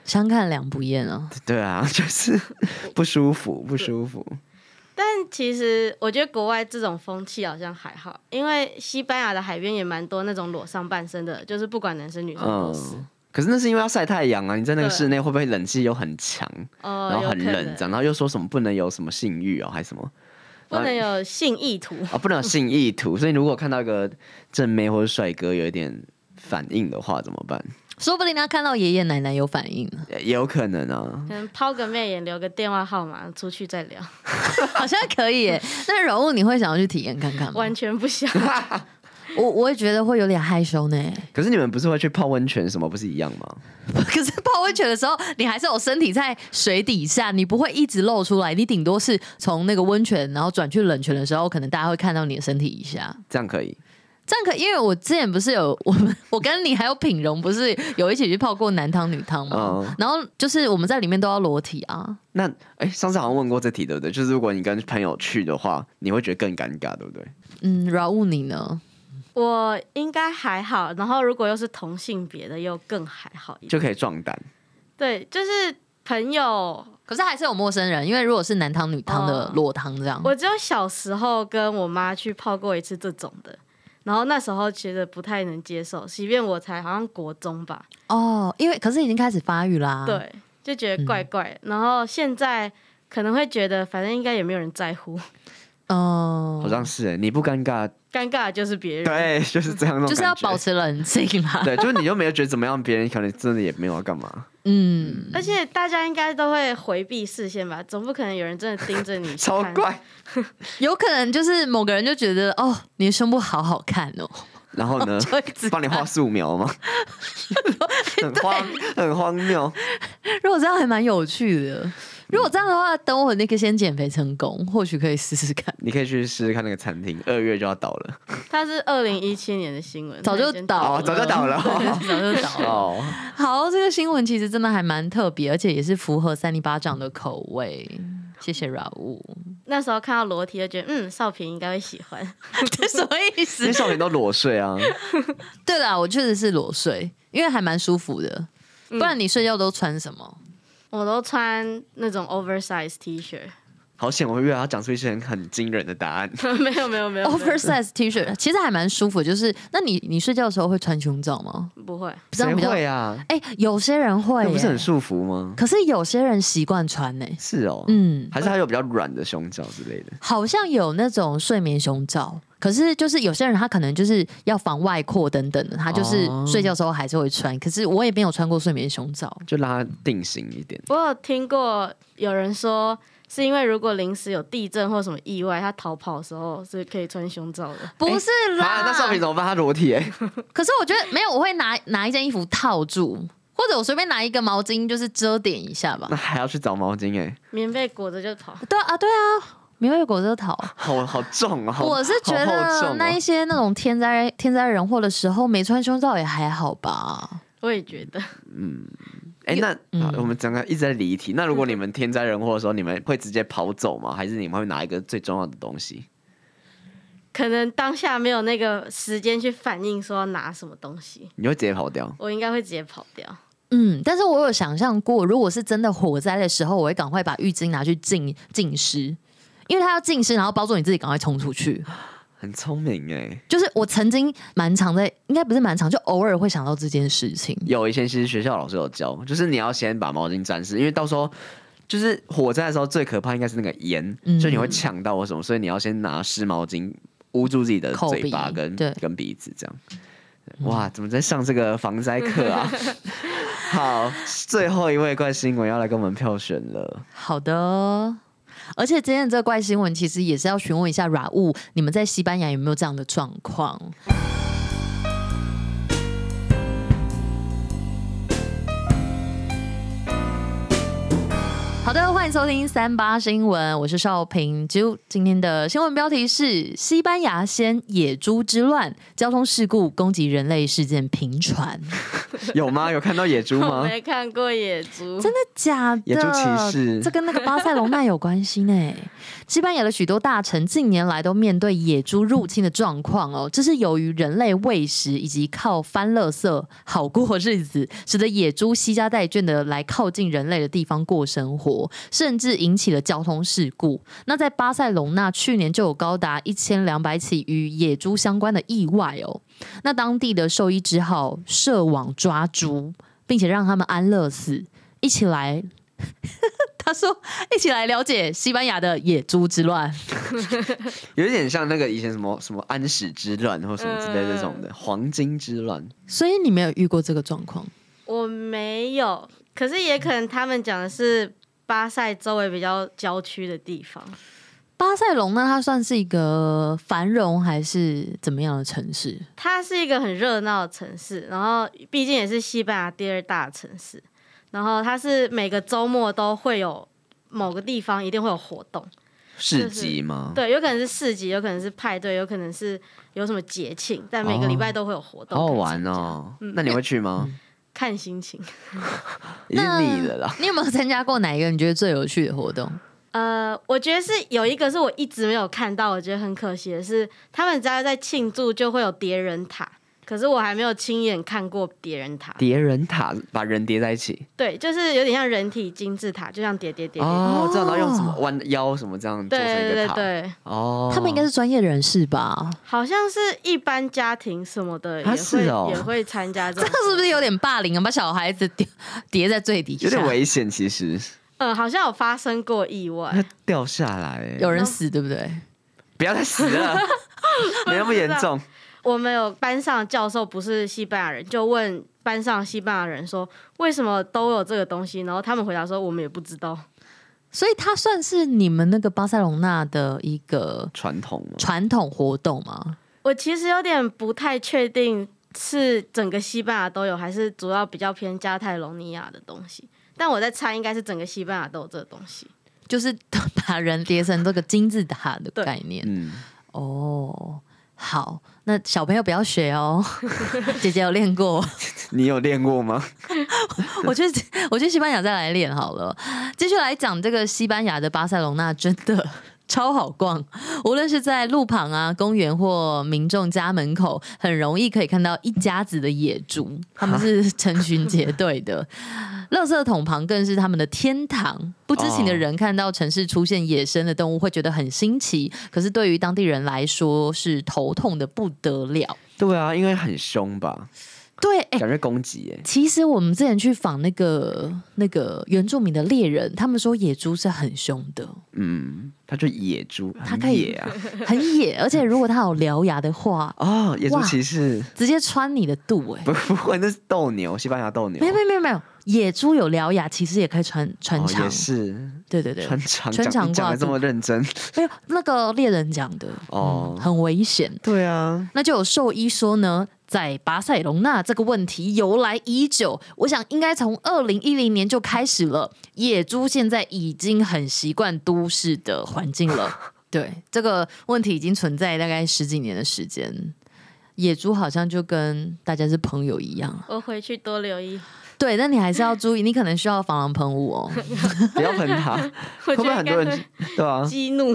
S3: 相看两不厌啊。
S2: 对啊， 就是不舒服，不舒服。
S4: 但其实我觉得国外这种风气好像还好，因为西班牙的海边也蛮多那种裸上半身的，就是不管男生女生都是。
S2: 嗯，可是那是因为要晒太阳啊，你在那个
S4: 对
S2: 室内会不会冷气又很强，
S4: 哦，
S2: 嗯然后很
S4: 有可
S2: 冷啊
S4: 能
S2: 这样，然后又说什么不能有什么性欲哦，还是什么？
S4: 不能有性意图。
S2: 啊、不能有性意图。所以如果看到一个正妹或者帅哥有一点反应的话，怎么办？
S3: 说不定他看到爷爷奶奶有反应呢，
S2: 也也有可能啊。
S4: 可能抛个媚眼，留个电话号码，出去再聊，
S3: 好像可以耶。那柔物你会想要去体验看
S2: 嗯
S3: 看吗？
S4: 完全不想。
S3: 我我也觉得会有点害羞呢。
S2: 可是你们不是会去泡温泉什么，不是一样吗？
S3: 可是泡温泉的时候，你还是有身体在水底下，你不会一直露出来，你顶多是从那个温泉，然后转去冷泉的时候，可能大家会看到你的身体一下。
S2: 这样可以。
S3: 这样可，因为我之前不是有我 们，我跟你还有品荣不是有一起去泡过男汤女汤吗？
S2: 嗯
S3: 然后就是我们在里面都要裸体啊，
S2: 那哎、上次好像问过这题，对不对？就是如果你跟朋友去的话，你会觉得更尴尬，对不对？
S3: 嗯，饶物你呢？
S4: 我应该还好，然后如果又是同性别的，又更还好一点。
S2: 就可以壮胆。
S4: 对，就是朋友。
S3: 可是还是有陌生人，因为如果是男汤女汤的
S4: 哦
S3: 裸汤这样，
S4: 我只有小时候跟我妈去泡过一次这种的，然后那时候觉得不太能接受，即便我才好像国中吧，
S3: 哦，因为可是已经开始发育啦，，
S4: 对，就觉得
S3: 嗯
S4: 怪怪。然后现在可能会觉得，反正应该也没有人在乎，
S3: 嗯、
S2: 好像是、欸，你不尴尬，
S4: 尴尬的就是别人。
S2: 对， 就是这样那种感觉。
S3: 就是要保持冷静啦，
S2: 对，就是你又没有觉得怎么样，别人可能真的也没有要干嘛，
S3: 嗯。
S4: 而且大家应该都会回避视线吧，总不可能有人真的盯着 你
S2: 超
S4: 看。
S2: 怪。
S3: 有可能就是某个人就觉得哦，你的胸部好好看哦，，
S2: 然后呢
S3: 就一直
S2: 帮你画素描 吗？很荒，很荒谬。
S3: 如果这样还蛮有趣的。如果这样的话，等我那个先减肥成功，或许可以试试 看。
S2: 你可以去试试看那个餐厅，二月就要倒了。
S4: 他是二零一七年的新闻，
S3: 早就
S4: 他已经
S3: 倒了，
S2: 哦早就 倒了
S3: 对早就倒了。
S2: 哦，
S3: 好，这个新闻其实真的还蛮特别，而且也是符合三里巴掌的口味。谢谢软物，
S4: 那时候看到裸体就觉得，嗯，少平应该会喜欢。
S3: 这 什么意思
S2: 因为？少年都裸睡啊，
S3: 对啦，我确实是裸睡，因为还蛮舒服的。不然你睡觉都穿什 么？
S4: 我都穿那种 oversize T 恤，
S2: 好险！我以为他讲出一些很很惊人的答案。
S4: 没有没有没有
S3: oversize T 恤，其实还蛮舒服。就是，那你你睡觉的时候会穿胸罩吗？
S4: 不会，
S3: 这
S2: 谁
S3: 样比较
S2: 会啊？
S3: 哎、有些人会、
S2: 那
S3: 耶
S2: 不是很束缚吗？
S3: 可是有些人习惯穿呢、
S2: 是哦，
S3: 嗯，
S2: 还是他有比较软的胸罩之类的。
S3: 好像有那种睡眠胸罩。可是，就是有些人他可能就是要防外扩等等的，他就是
S2: 哦
S3: 睡觉的时候还是会穿。可是我也没有穿过睡眠胸罩，
S2: 就让它定型一点。
S4: 我有听过有人说，是因为如果临时有地震或什么意外，他逃跑的时候是可以穿胸罩的。
S3: 不是
S2: 啊，那少平怎么办？他裸体哎、
S3: 可是我觉得没有，我会拿拿一件衣服套住，或者我随便拿一个毛巾就是遮点一下 吧
S2: 那。还要去找毛巾哎、
S4: 棉被裹着就跑，
S3: 对啊，对啊，明月果遮头。
S2: 好好重哦、好
S3: 我是觉
S2: 好厚
S3: 得
S2: 重哦
S3: 那一些那种天灾天灾人祸的时候，没穿胸罩也还好吧。
S4: 我也觉 得
S2: 哎、那、
S3: 嗯
S2: 啊我们整个一直在离题。那如果你们天灾人祸的时候，你们会直接跑走吗？还是你们会拿一个最重要的东西？
S4: 可能当下没有那个时间去反应说要拿什么东西，
S2: 你会直接跑掉？
S4: 我应该会直接跑掉。
S3: 嗯，但是我有想象过，如果是真的火灾的时候，我会赶快把浴巾拿去浸浸湿，因为它要浸湿，然后包住你自己，赶快冲出去。
S2: 很聪明哎、
S3: 就是我曾经蛮常在，应该不是蛮常，就偶尔会想到这件事情。
S2: 有以前其实学校老师有教，就是你要先把毛巾沾湿，因为到时候。就是火灾的时候，最可怕应该是那个烟，
S3: 嗯
S2: 所以你会呛到或什么，所以你要先拿湿毛巾捂住自己的
S3: 口
S2: 嘴巴
S3: 鼻
S2: 跟
S3: 对嗯
S2: 跟鼻子，这样。哇，怎么在上这个防灾课 啊？好，最后一位怪新闻要来跟我们票选了。
S3: 好的。而且今天的这个怪新闻，其实也是要询问一下软物，你们在西班牙有没有这样的状况？好的，欢迎收听三八新闻，我是少平。就今天的新闻标题是：西班牙掀野猪之乱，交通事故攻击人类事件频传，
S2: 有吗？有看到野猪
S4: 我
S2: 吗？
S4: 没看过野 猪，
S3: 真的假的？
S2: 野猪骑士
S3: 这跟那个巴塞隆那有关系呢。西班牙的许多大城近年来都面对野猪入侵的状况哦，这是由于人类喂食以及靠翻垃圾好过日子，使得野猪惜家带眷的来靠近人类的地方过生活，甚至引起了交通事故。那在巴塞隆那去年就有高达一千两百起与野猪相关的意外哦，那当地的兽医只好设网抓猪，并且让他们安乐死。一起来，他说一起来了解西班牙的野猪之乱。
S2: 有一点像那个以前什么什么安史之乱或什么之类这种
S4: 嗯
S2: 的、黄金之乱。
S3: 所以你没有遇过这个状况，
S4: 我没有，可是也可能他们讲的是巴塞周围比较郊区的地方，
S3: 巴塞隆那它算是一个繁荣还是怎么样的城市？
S4: 它是一个很热闹的城市，然后毕竟也是西班牙第二大城市，然后它是每个周末都会有某个地方一定会有活动，
S2: 嗯市集吗？
S4: 对，有可能是市集，有可能是派对，有可能是有什么节庆，但每个礼拜都会有活动，
S2: 好好玩，哦！
S3: 嗯
S2: 那你会去吗？
S4: 看心情。
S2: 已经腻了啦。
S3: 你有没有参加过哪一个你觉得最有趣的活动？
S4: 呃，我觉得是有一个是我一直没有看到，我觉得很可惜的是，他们只要在庆祝就会有叠人塔，可是我还没有亲眼看过叠人塔。
S2: 叠人塔把人叠在一起
S4: 对，就是有点像人体金字塔，就像叠叠叠叠。
S2: 哦，我知道，然后用什么弯腰什么这样做
S4: 对
S2: 成一
S4: 对
S2: 个
S4: 对
S2: 塔
S4: 对，
S2: 哦。
S3: 他们应该是专业人士吧？
S4: 好像是一般家庭什么的也
S2: 啊
S4: 会、
S2: 是哦
S4: 也会参加
S3: 这
S4: 这 种
S3: 个。是不是有点霸凌啊？把小孩子叠叠在最底下，
S2: 有点危险，其实
S4: 嗯，好像有发生过意外
S2: 它。掉下来，
S3: 有人死，对不对？
S2: 不要再死 了，没那么严重。
S4: 我们有班上的教授不是西班牙人，就问班上西班牙人说为什么都有这个东西，然后他们回答说我们也不知道。
S3: 所以它算是你们那个巴塞隆纳的一个
S2: 传统吗？
S3: 传统活动吗？
S4: 我其实有点不太确定是整个西班牙都有，还是主要比较偏加泰隆尼亚的东西。但我在猜，应该是整个西班牙都有这个东西。
S3: 就是 把人叠成这个金字塔的
S4: 对
S3: 概念
S2: 嗯，
S3: 哦。好，那小朋友不要学哦， 姐姐有练过。
S2: 你有练过吗？
S3: 我去，我去西班牙再来练好了。继续来讲这个西班牙的巴塞隆纳，真的 超好逛，无论是在路旁啊、公园或民众家门口，很容易可以看到一家子的野猪，他们是成群结队的。垃圾桶旁更是他们的天堂。不知情的人看到城市出现野生的动物，会觉得很新奇，可是对于当地人来说是头痛的不得了。
S2: 对啊，因为很凶吧，
S3: 对，哎、
S2: 感觉攻击耶。
S3: 其实我们之前去访那个那个原住民的猎人，他们说野猪是很凶的，
S2: 嗯，它就野猪，
S3: 它
S2: 很
S3: 可以
S2: 野 啊。
S3: 很野，而且如果它有獠牙 的话，
S2: 哦，野猪
S3: 哇
S2: 骑士，
S3: 直接穿你的肚哎、
S2: 不不会，那是斗牛，西班牙斗牛。
S3: 没有没有没有没有，野猪有獠牙，其实也可以穿穿
S2: 哦，
S3: 肠，
S2: 也是
S3: 对对对，
S2: 穿肠，
S3: 穿
S2: 讲
S3: 肠
S2: 你讲
S3: 挂
S2: 的这
S3: 肚
S2: 么，认真。
S4: 嗯
S3: 没有那个猎人讲的哦
S2: 哦、
S3: 嗯很危险。
S2: 对啊，
S3: 那就有兽医说呢，在巴塞隆纳这个问题由来已久，我想应该从二零一零年就开始了。野猪现在已经很习惯都市的环境 了，对这个问题已经存在大概十几年的时间。野猪好像就跟大家是朋友一样，
S4: 我回去多留意，
S3: 对，但你还是要注意，你可能需要防狼喷雾哦。
S2: 不要喷 它，
S4: 我
S2: 会不
S4: 觉
S2: 会
S4: 得应
S2: 很
S4: 该
S2: 多人
S4: 会
S2: 对 啊？
S4: 激怒。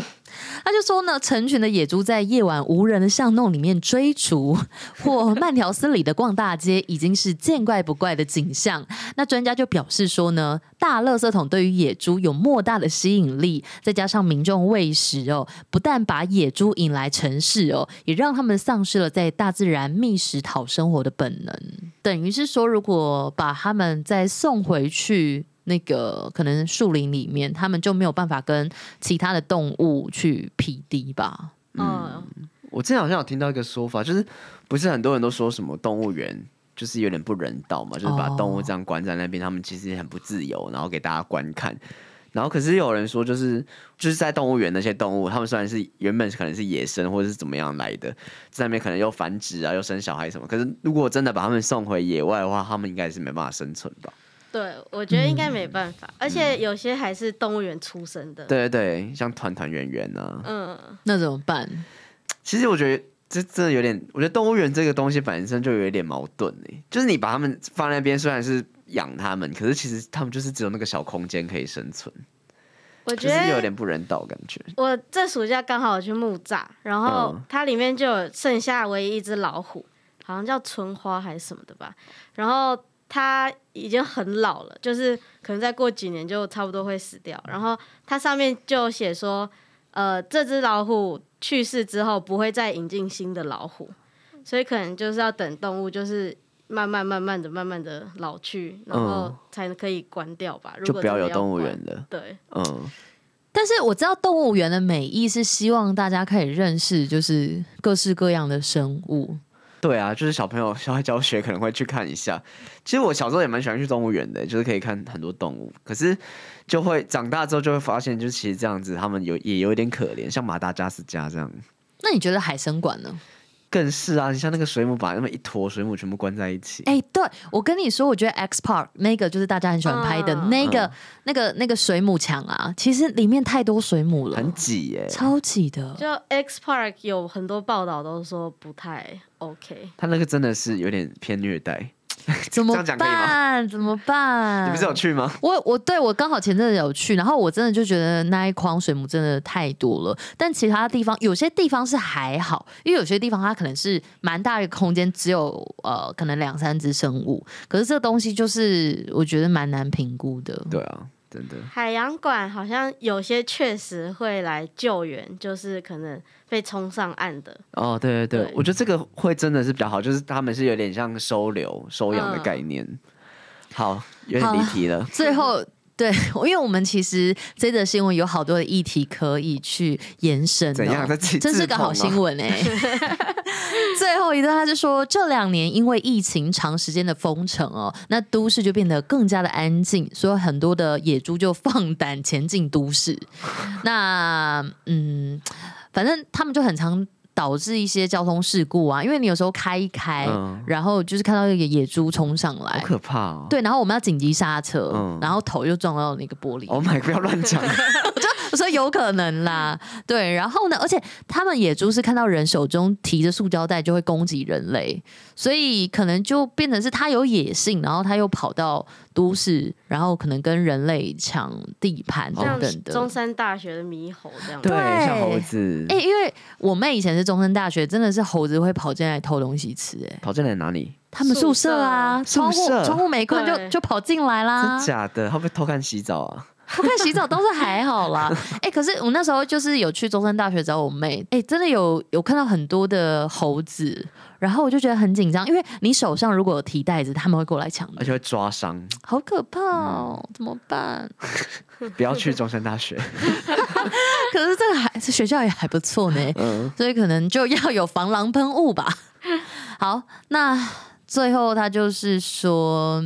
S3: 他就说呢，成群的野猪在夜晚无人的巷弄里面追逐， 或慢条斯理的逛大街，已经是见怪不怪的景象。那专家就表示说呢，大垃圾桶对于野猪有莫大的吸引力，再加上民众喂食哦，不但把野猪引来城市哦，也让他们丧失了在大自然觅食讨生活的本能。等于是说，如果把他们再送回去。那个可能树林里面，他们就没有办法跟其他的动物去匹敌吧。
S4: 嗯，
S2: 我之前好像有听到一个说法，就是不是很多人都说什么动物园就是有点不人道嘛，就是把
S4: 哦
S2: 动物这样关在那边，他们其实也很不自由，然后给大家观看。然后可是有人说，就是就是在动物园那些动物，他们虽然是原本可能是野生或者是怎么样来的，在那边可能又繁殖啊，又生小孩什么。可是如果真的把他们送回野外的话，他们应该也是没办法生存吧？
S4: 对，我觉得应该没办法，而且有些还是动物园出生的。，
S2: 嗯对对对，像团团圆圆啊，
S4: 嗯，
S3: 那怎么办？
S2: 其实我觉得这真的有点，我觉得动物园这个东西本身就有一点矛盾哎、就是你把它们放在那边，虽然是养它们，可是其实它们就是只有那个小空间可以生存，
S4: 我
S2: 就
S4: 觉
S2: 是
S4: 得
S2: 有点不人道感觉。
S4: 我这暑假刚好有去木栅，然后
S2: 嗯
S4: 它里面就有剩下唯一一只老虎，好像叫春花还是什么的吧。然后它已经很老了，就是可能再过几年就差不多会死掉。然后它上面就写说，呃，这只老虎去世之后不会再引进新的老虎，所以可能就是要等动物就是。慢慢慢慢的、慢慢的老去，然后
S2: 嗯
S4: 才可以关掉吧。如
S2: 就
S4: 果
S2: 不要
S4: 真的
S2: 有动物
S4: 关
S2: 园了
S4: 对，
S2: 嗯，
S3: 但是我知道动物园的美意是希望大家可以认识，就是各式各样的生物。
S2: 对啊，就是小朋友校外教学可能会去看一下。其实我小时候也蛮喜欢去动物园的，就是可以看很多动物。可是就会长大之后就会发现，就是其实这样子，他们有也有一点可怜，像马达加斯加这样，
S3: 那你觉得海参馆呢？
S2: 更是啊。你像那个水母，把那么一坨水母全部关在一起，
S3: 哎、对我跟你说，我觉得 X Park 那个就是大家很喜欢拍的、
S4: 嗯
S3: 那个、
S2: 嗯
S3: 那个、那个水母墙啊，其实里面太多水母了
S2: 很，挤耶、
S3: 超级的。
S4: 就 X Park 有很多报道都说不太 OK，
S2: 他那个真的是有点偏虐 待。
S3: 怎么
S2: 这样讲可以吗？
S3: 办？怎么办？
S2: 你不是有去吗？
S3: 我我对我刚好前阵子有去，然后我真的就觉得那一筐水母真的太多了，但其他地方有些地方是还好，因为有些地方它可能是蛮大一个空间，只有呃可能两三只生物，可是这个东西就是我觉得蛮难评估的。
S2: 对啊，真的。
S4: 海洋馆好像有些确实会来救援，就是可能被冲上岸的。
S2: 哦，对对对，
S4: 对
S2: 我觉得这个会真的是比较好，就是他们是有点像收留、收养的
S4: 嗯
S2: 概念。好，有点离题了。
S3: 最 后。对， 因为我们其实这则新闻有好多的议题可以去延伸、哦，
S2: 怎样在自己
S3: 真是
S2: 自
S3: 个
S2: 捧
S3: 好
S2: 啊
S3: 新 闻哎、最后一段，他就说，这两年因为疫情长时间的封城哦，那都市就变得更加的安静，所以很多的野猪就放胆前进 都市。那嗯，反正他们就很常导致一些交通事故啊，因为你有时候开一开，
S2: 嗯
S3: 然后就是看到一个野猪冲上来
S2: 好，可怕哦！
S3: 对，然后我们要紧急刹车，
S2: 嗯
S3: 然后头又撞到那个玻璃。
S2: ，Oh my，不要乱讲。
S3: 我说有可能啦，对。然后呢，而且他们野猪是看到人手中提着塑胶袋就会攻击人类，所以可能就变成是它有野性，然后它又跑到都市，然后可能跟人类抢地盘等
S4: 像
S3: 等的。
S4: 中山大学的猕猴这样。
S2: 哦对，
S3: 对
S2: 像猴子
S3: 哎、因为我妹以前是中山大学，真的是猴子会跑进来偷东西吃、哎，
S2: 跑进来哪里？
S3: 他们宿舍啊，
S2: 宿舍
S3: 窗户
S2: 宿舍
S3: 窗户没关就
S4: 对
S3: 就跑进来啦
S2: 真。假的？会不会偷看洗澡啊？
S3: 不看洗澡倒是还好啦。哎、可是我那时候就是有去中山大学找我妹，哎、真的有有看到很多的猴子，然后我就觉得很紧张，因为你手上如果有提袋子，他们会过来抢
S2: 而
S3: 的，
S2: 且会抓 伤。
S3: 好可怕哦，怎么办？
S2: 不要去中山大学。
S3: 可是这个还这学校也还不错呢，
S2: 嗯，
S3: 所以可能就要有防狼喷雾吧。 好，那最后他就是说。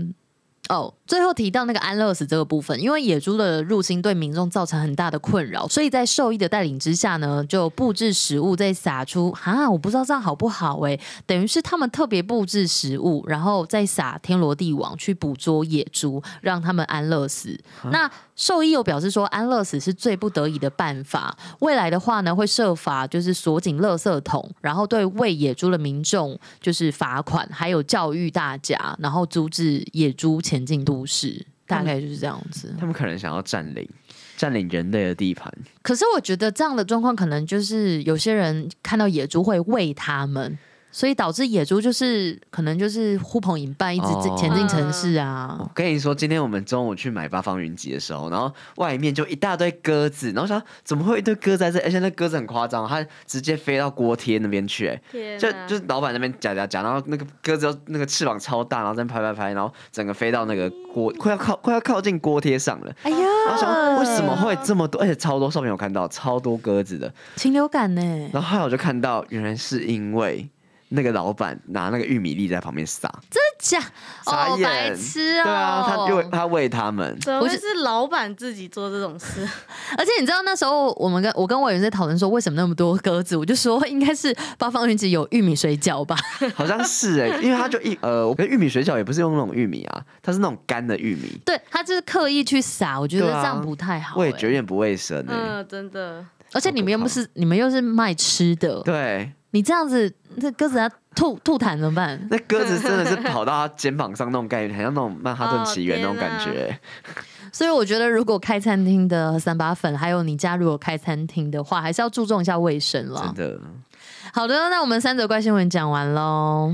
S3: 哦，最后提到那个安乐死这个部分，因为野猪的入侵对民众造成很大的困扰，所以在兽医的带领之下呢，就布置食物再撒出啊，我不知道这样好不好欸诶、等于是他们特别布置食物，然后再撒天罗地网去捕捉野猪，让他们安乐死。那兽医又表示说，安乐死是最不得已的办法。未来的话呢，会设法就是锁紧垃圾桶，然后对喂野猪的民众就是罚款，还有教育大家，然后阻止野猪前进都市。大概就是这样子。
S2: 他们可能想要占领占领人类的地盘。
S3: 可是我觉得这样的状况，可能就是有些人看到野猪会喂它们，所以导致野猪就是可能就是呼朋引伴，一直
S2: 哦
S3: 前进城市啊。
S2: 我跟你说，今天我们中午去买八方云集的时候，然后外面就一大堆鸽子，然后想怎么会有一堆鸽子在这？而且那鸽子很夸张，它直接飞到锅贴那边去、哎，
S4: 天
S2: 就
S4: 哪
S2: 就是老板那边夹夹夹，然后那个鸽子又那个翅膀超大，然后在那拍拍拍，然后整个飞到那个锅，快要靠快要靠近锅贴上了。
S3: 哎呀，
S2: 然后想说为什么会这么多，而且超多上面有看到超多鸽子的。
S3: 禽流感呢、
S2: 然后后来我就看到，原来是因为那个老板拿那个玉米粒在旁边撒，
S3: 假
S2: 傻
S3: 哦，
S2: 眼
S3: 白痴
S2: 对
S3: 哦！
S2: 啊，他喂他喂他们，
S4: 怎么
S3: 我
S4: 会
S3: 是
S4: 是老板自己做这 种事？
S3: 而且你知道那时候我们跟我跟委员在讨论说为什么那么多鸽子，我就说应该是八方云集有玉米水饺吧，
S2: 好像是哎、因为他就一呃，我跟玉米水饺也不是用那种玉米啊，它是那种干的玉米，
S3: 对他就是刻意去撒，我觉得
S2: 对啊
S3: 这样不太好、
S2: 我也
S3: 欸
S2: 觉得有点不卫生哎、
S4: 嗯，真的。
S3: 而且你们又不是你们又是卖吃的，
S2: 对，
S3: 你这样子那鸽子它吐吐痰怎么办？
S2: 那鸽子真的是跑到他肩膀上那种概念，很像那种曼哈顿起源那种感
S4: 哦
S2: 觉、欸
S3: 所以我觉得如果开餐厅的三八粉，还有你家如果开餐厅的话，还是要注重一下卫生了
S2: 真。的。
S3: 好的，那我们三则怪新闻讲完喽，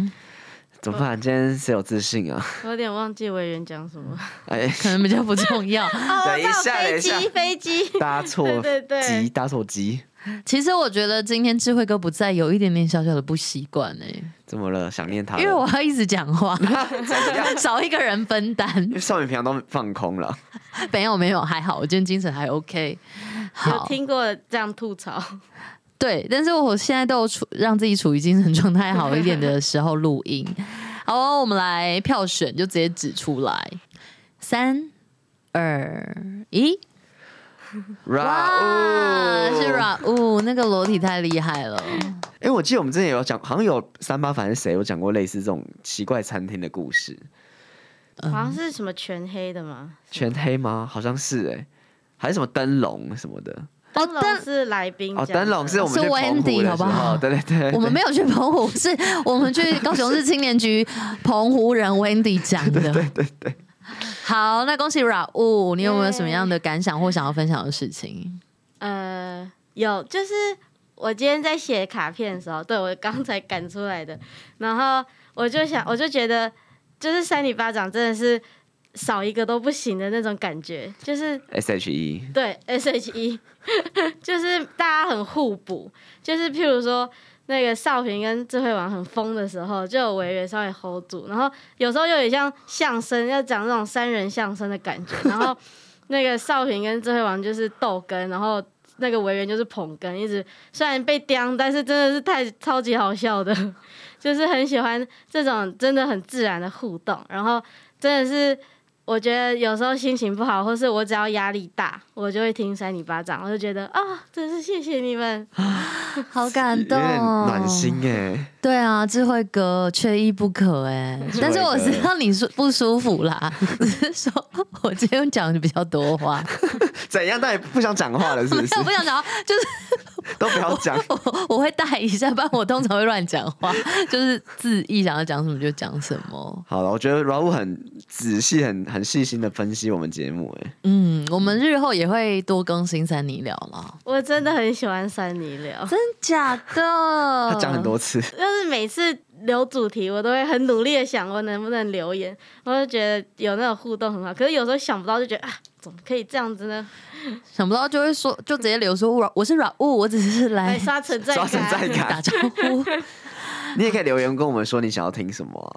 S2: 怎么办？今天谁有自信啊？
S4: 我有点忘记委员讲什么。
S2: 哎，
S3: 可能比较不重要。
S4: 哦
S2: 等一下
S4: 我知道
S2: 等一
S4: 飞
S2: 下
S4: 机，飞机。
S2: 搭错
S4: 对对对
S2: 机，搭错机，
S3: 其实我觉得今天智慧哥不在，有一点点小小的不习惯哎、
S2: 怎么了？想念他了？
S3: 因为我要一直讲话，少一个人分担
S2: 因。为少女平常都放空了。
S3: 没有没有，还好，我今天精神还 OK。
S4: 有
S3: 好。
S4: 听过这样吐槽，
S3: 对，但是我现在都有处让自己处于精神状态好一点 的时候录音。好哦，我们来票选，就直接指出来，三、二、一，哇，
S2: 哇哦
S3: 是软物，那个裸体太厉害了。
S2: 哎、我记得我们之前有讲，好像有三八，反正谁有讲过类似这种奇怪餐厅的故事，嗯
S4: 好像是什么全黑的嘛。
S2: 全黑吗？好像是哎、还是什么灯笼什么的
S3: 哦
S4: 灯笼
S3: 灯
S4: 是来宾
S2: 哦，
S4: 讲的
S2: 灯笼是我们去
S3: 是
S2: 澎湖
S3: Wendy，
S2: 的
S3: 好
S2: 时
S3: 不好
S2: 候， 对对哎对，
S3: 我们没有去澎湖，是我们去高雄市青年局澎湖人 Wendy 讲的。对对对好，那恭喜软物，你有没有什么样的感想或想要分享的事情？
S4: 呃，有，就是我今天在写卡片的时候，对我刚才赶出来的，然后我就想，我就觉得，就是扇你巴掌真的是少一个都不行的那种感觉，就是
S2: ，S H E，
S4: 对 S H E，就是大家很互补，就是譬如说。那个少平跟智慧王很疯的时候，就有委员稍微 hold 住，然后有时候又有点像相声，要讲那种三人相声的感觉，然后那个少平跟智慧王就是逗哏，然后那个委员就是捧哏，一直虽然被刁，但是真的是太超级好笑的，就是很喜欢这种真的很自然的互动，然后真的是我觉得有时候心情不好，或是我只要压力大，我就会听扇你巴掌，我就觉得啊、真是谢谢你们，
S3: 好感
S2: 有
S3: 动，哦
S2: 点暖心哎、
S3: 对啊，智慧哥缺一不可 哎、
S2: 慧哥
S3: 但是我知道你舒不舒服啦， 只是说我今天讲的比较多话，
S2: 怎样？但也不想讲话了，是不
S3: 没有
S2: 是？
S3: 我不想讲话，就是
S2: 都不要讲。
S3: 我我会带一下，不然我通常会乱讲话， 就是自意想要讲什么就讲什么。
S2: 好了，我觉得 Raul 很仔细、很很细心的分析我们节目、哎，
S3: 嗯，我们日后也会多更新三你聊了，
S4: 我真的很喜欢三你聊。
S3: 真假的？
S2: 他讲很
S3: 嗯
S2: 多次，
S4: 就是每次留主题，我都会很努力的想我能不能留言，我就觉得有那种互动很好。可是有时候想不到，就觉得啊，怎么可以这样子呢？
S3: 想不到就会说，就直接留说我我是软物，我只是
S4: 来
S3: 来
S4: 哎刷 存在
S2: 哎刷
S4: 感。
S2: 存在
S3: 打
S2: 感。
S3: 招 呼。
S2: 你也可以留言跟我们说你想要听什么啊、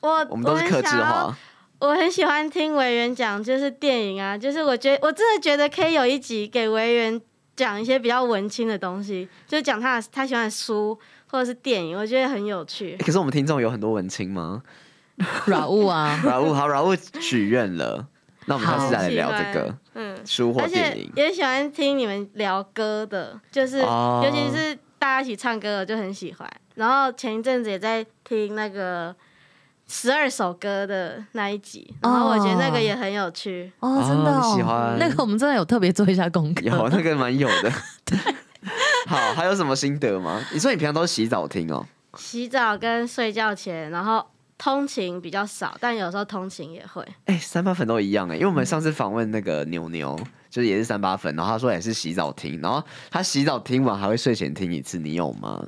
S4: 我
S2: 我们都是
S4: 很
S2: 克制
S4: 想要
S2: 化。
S4: 我很喜欢听委员讲，就是电影啊，就是我觉得我真的觉得可以有一集给委员讲一些比较文青的东西，就讲他的他喜欢的书或者是电影，我觉得很有趣
S2: 欸。可是我们听众有很多文青吗
S3: 软物啊，
S2: ？Raul 好，Raul 许愿了，那我们下次再来聊这
S4: 好喜
S2: 个
S4: 嗯，
S2: 书或
S4: 而
S2: 电
S4: 且
S2: 影。
S4: 也喜欢听你们聊歌的，就是、
S2: 哦
S4: 尤其是大家一起唱歌，我就很喜欢。然后前一阵子也在听那个十二首歌的那一集，然后我觉得那个也很有趣。
S3: 哦，真的、哦
S2: 哦喜欢
S3: 那个，我们真的有特别做一下功课。
S2: 有那个蛮有 的。好，还有什么心得吗？你说你平常都是洗澡听哦，
S4: 洗澡跟睡觉前，然后通勤比较少，但有时候通勤也会。
S2: 哎、三八粉都一样哎、因为我们上次访问那个牛牛，就是也是三八粉，然后他说也是洗澡听，然后他洗澡听完还会睡前听一次，你有吗？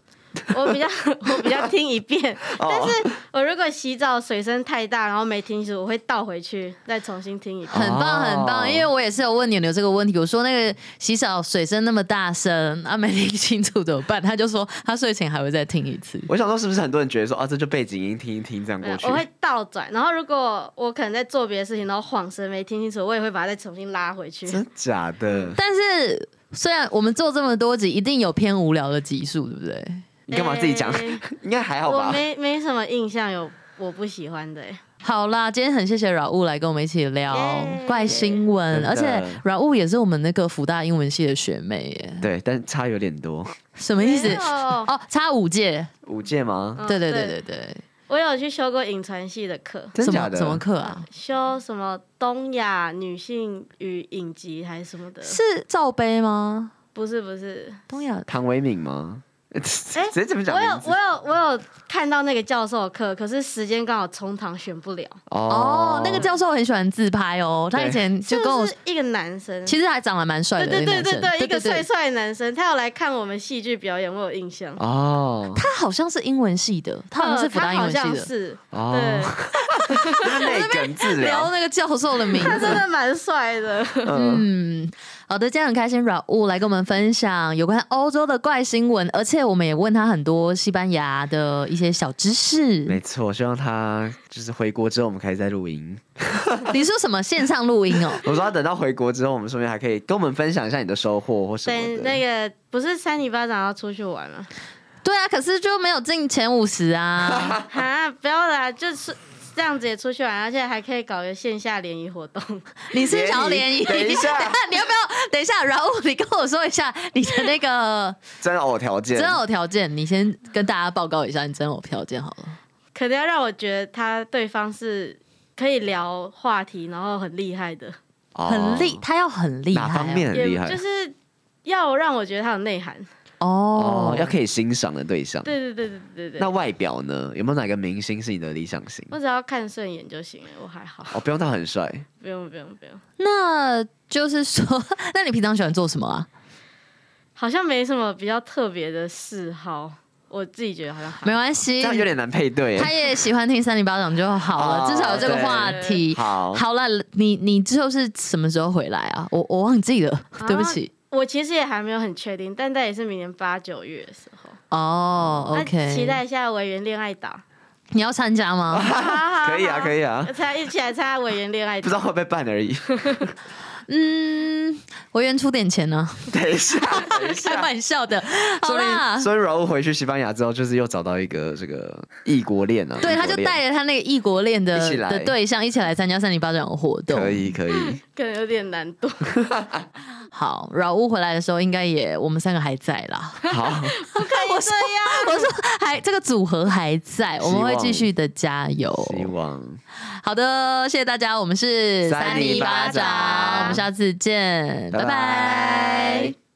S4: 我比较 我比较听一遍，但
S2: 哦，
S4: 是我如果洗澡水声太大，然后没听清楚，我会倒回去再重新听一遍。
S3: 很棒，很棒，
S2: 哦
S3: 因为我也是有问牛牛这个问题，我说那个洗澡水声那么大声，啊没听清楚怎么办？他就说他睡前还会再听一次。
S2: 我想说是不是很多人觉得说啊，这就背景音听一听这样
S4: 没
S2: 过
S4: 有
S2: 去
S4: 呃我？会倒转，然后如果我可能在做别的事情，然后晃神没听清楚，我也会把它再重新拉回去。
S2: 真假的？
S3: 但是虽然我们做这么多集，一定有偏无聊的集数，对不对？
S2: 你干嘛自己讲？
S4: 欸
S2: 应该还好
S4: 我
S2: 吧？
S4: 没没什么印象有我不喜欢的、欸，
S3: 好啦，今天很谢谢软物来跟我们一起聊
S4: 耶
S3: 怪新闻，
S2: 真的
S3: 而且软物也是我们那个福大英文系的学妹耶，
S2: 对，但差有点多。
S3: 什么意思
S4: 没？有
S3: 哦，差五届，
S2: 五届吗？
S4: 嗯
S3: 对对对对对，
S4: 我有去修过影传系的课，
S2: 真
S3: 什
S2: 假
S3: 么
S2: 的？
S3: 什么课啊？
S4: 修什么东亚女性与影集还是什么的，
S3: 是罩杯吗？
S4: 不是不是，
S3: 东亚
S2: 唐维敏 吗？直接怎么讲
S4: 哎我有
S2: 名字
S4: 我？有我有看到那个教授的课，可是时间刚好冲堂选不了，
S3: 哦，那个教授很喜欢自拍哦，他
S2: 对
S3: 以前就跟我，
S4: 是不是一个男生，
S3: 其实还长得蛮帅
S4: 对
S3: 的，
S4: 对
S3: 那个
S4: 对
S3: 男
S4: 对
S3: 生
S4: 对，
S3: 对
S4: 一个
S3: 对
S4: 帅帅的男生，他有来看我们戏剧表演，我有印象。
S2: 哦
S3: 他好像是英文系的，他好像是
S4: 呃
S3: 复旦英文
S4: 他好
S3: 系
S4: 像
S3: 的，
S4: 是，对
S2: 哦，，那内梗治
S3: 聊
S2: 疗。
S3: 那个教授的名
S4: 他 真
S3: 字，
S4: 的蛮帅的。
S2: 嗯，
S3: 嗯，好的，今天很开心软物来跟我们分享有关欧洲的怪新闻，而且我们也问他很多西班牙的一些小知识。
S2: 没错，希望他就是回国之后，我们可以再录 音。
S3: 你说什么线上录音 哦？
S2: 我说他等到回国之后，我们顺便还可以跟我们分享一下你的收获或什么
S4: 等
S2: 的。
S4: 那个不是三里巴掌要出去玩吗？
S3: 对啊，可是就没有进前五十啊。
S4: 啊，不要啦，就是这样子也出去玩，而且还可以搞个线下联谊活动。
S3: 你是想要联谊？
S2: 等一下
S3: 你要不要？等一下，然后你跟我说一下你的那个
S2: 真偶条件，
S3: 真偶条件，你先跟大家报告一下你真偶条件好了。
S4: 可能要让我觉得他对方是可以聊话题，然后很厉害的，
S2: 哦
S3: 很厉，他要很厉害、哦
S2: 哪方面很厉
S4: 也
S2: 害？
S4: 就是要让我觉得他有内涵。
S3: 哦
S2: 哦，要可以欣赏的对象。
S4: 对对对对对对
S2: 那外表呢？有没有哪个明星是你的理想型？
S4: 我只要看顺眼就行了，我还好，
S2: 哦，不用到很帅，
S3: 嗯
S4: 不用不用不用，
S3: 那就是说， 那你平常喜欢做什么啊？
S4: 好像没什么比较特别的嗜好，我自己觉得好像还
S3: 没
S4: 有。
S3: 关系
S2: 这，样有点难配对耶。
S3: 他也喜欢听三零八掌就好了，
S2: 哦
S3: 至少有这个话题。
S2: 好
S3: 好了，你你之后是什么时候回来啊？我我忘记了，对不起。
S4: 我其实也还没有很确定，但那也是明年八九月的时候。
S3: 哦
S4: 那
S3: ，OK，
S4: 期待一下委员恋爱 岛。
S3: 你要参加吗？
S2: 可
S4: 可
S2: 以啊，可以 啊，
S4: 参一起来参加委员恋 爱
S2: 不知
S4: 岛。
S2: 道会不会办而已。
S3: 嗯，我愿出点钱呢、
S2: 等一 下，等一
S3: 开
S2: 下。
S3: 玩笑的。好
S2: 所
S3: 啦
S2: 以，，所以柔回去西班牙之后，就是又找到一个这个异国恋啊。
S3: 对，
S2: 异国
S3: 他就
S2: 恋
S3: 带着他那个异国恋的
S2: 一起来
S3: 的对象一起来参加三零八掌的活动。
S2: 可以可以，
S4: 可能有点 难度，
S3: 好，饶屋回来的时候，应该也我们三个还在 啦。
S2: 好，
S4: 不可以这样。
S3: 我说还这个组合还在，我们会继续的加油。
S2: 希望
S3: 好的，谢谢大家，我们是
S2: 三
S4: 里巴掌
S3: 我们下次见，拜
S2: 拜
S3: 拜
S2: 拜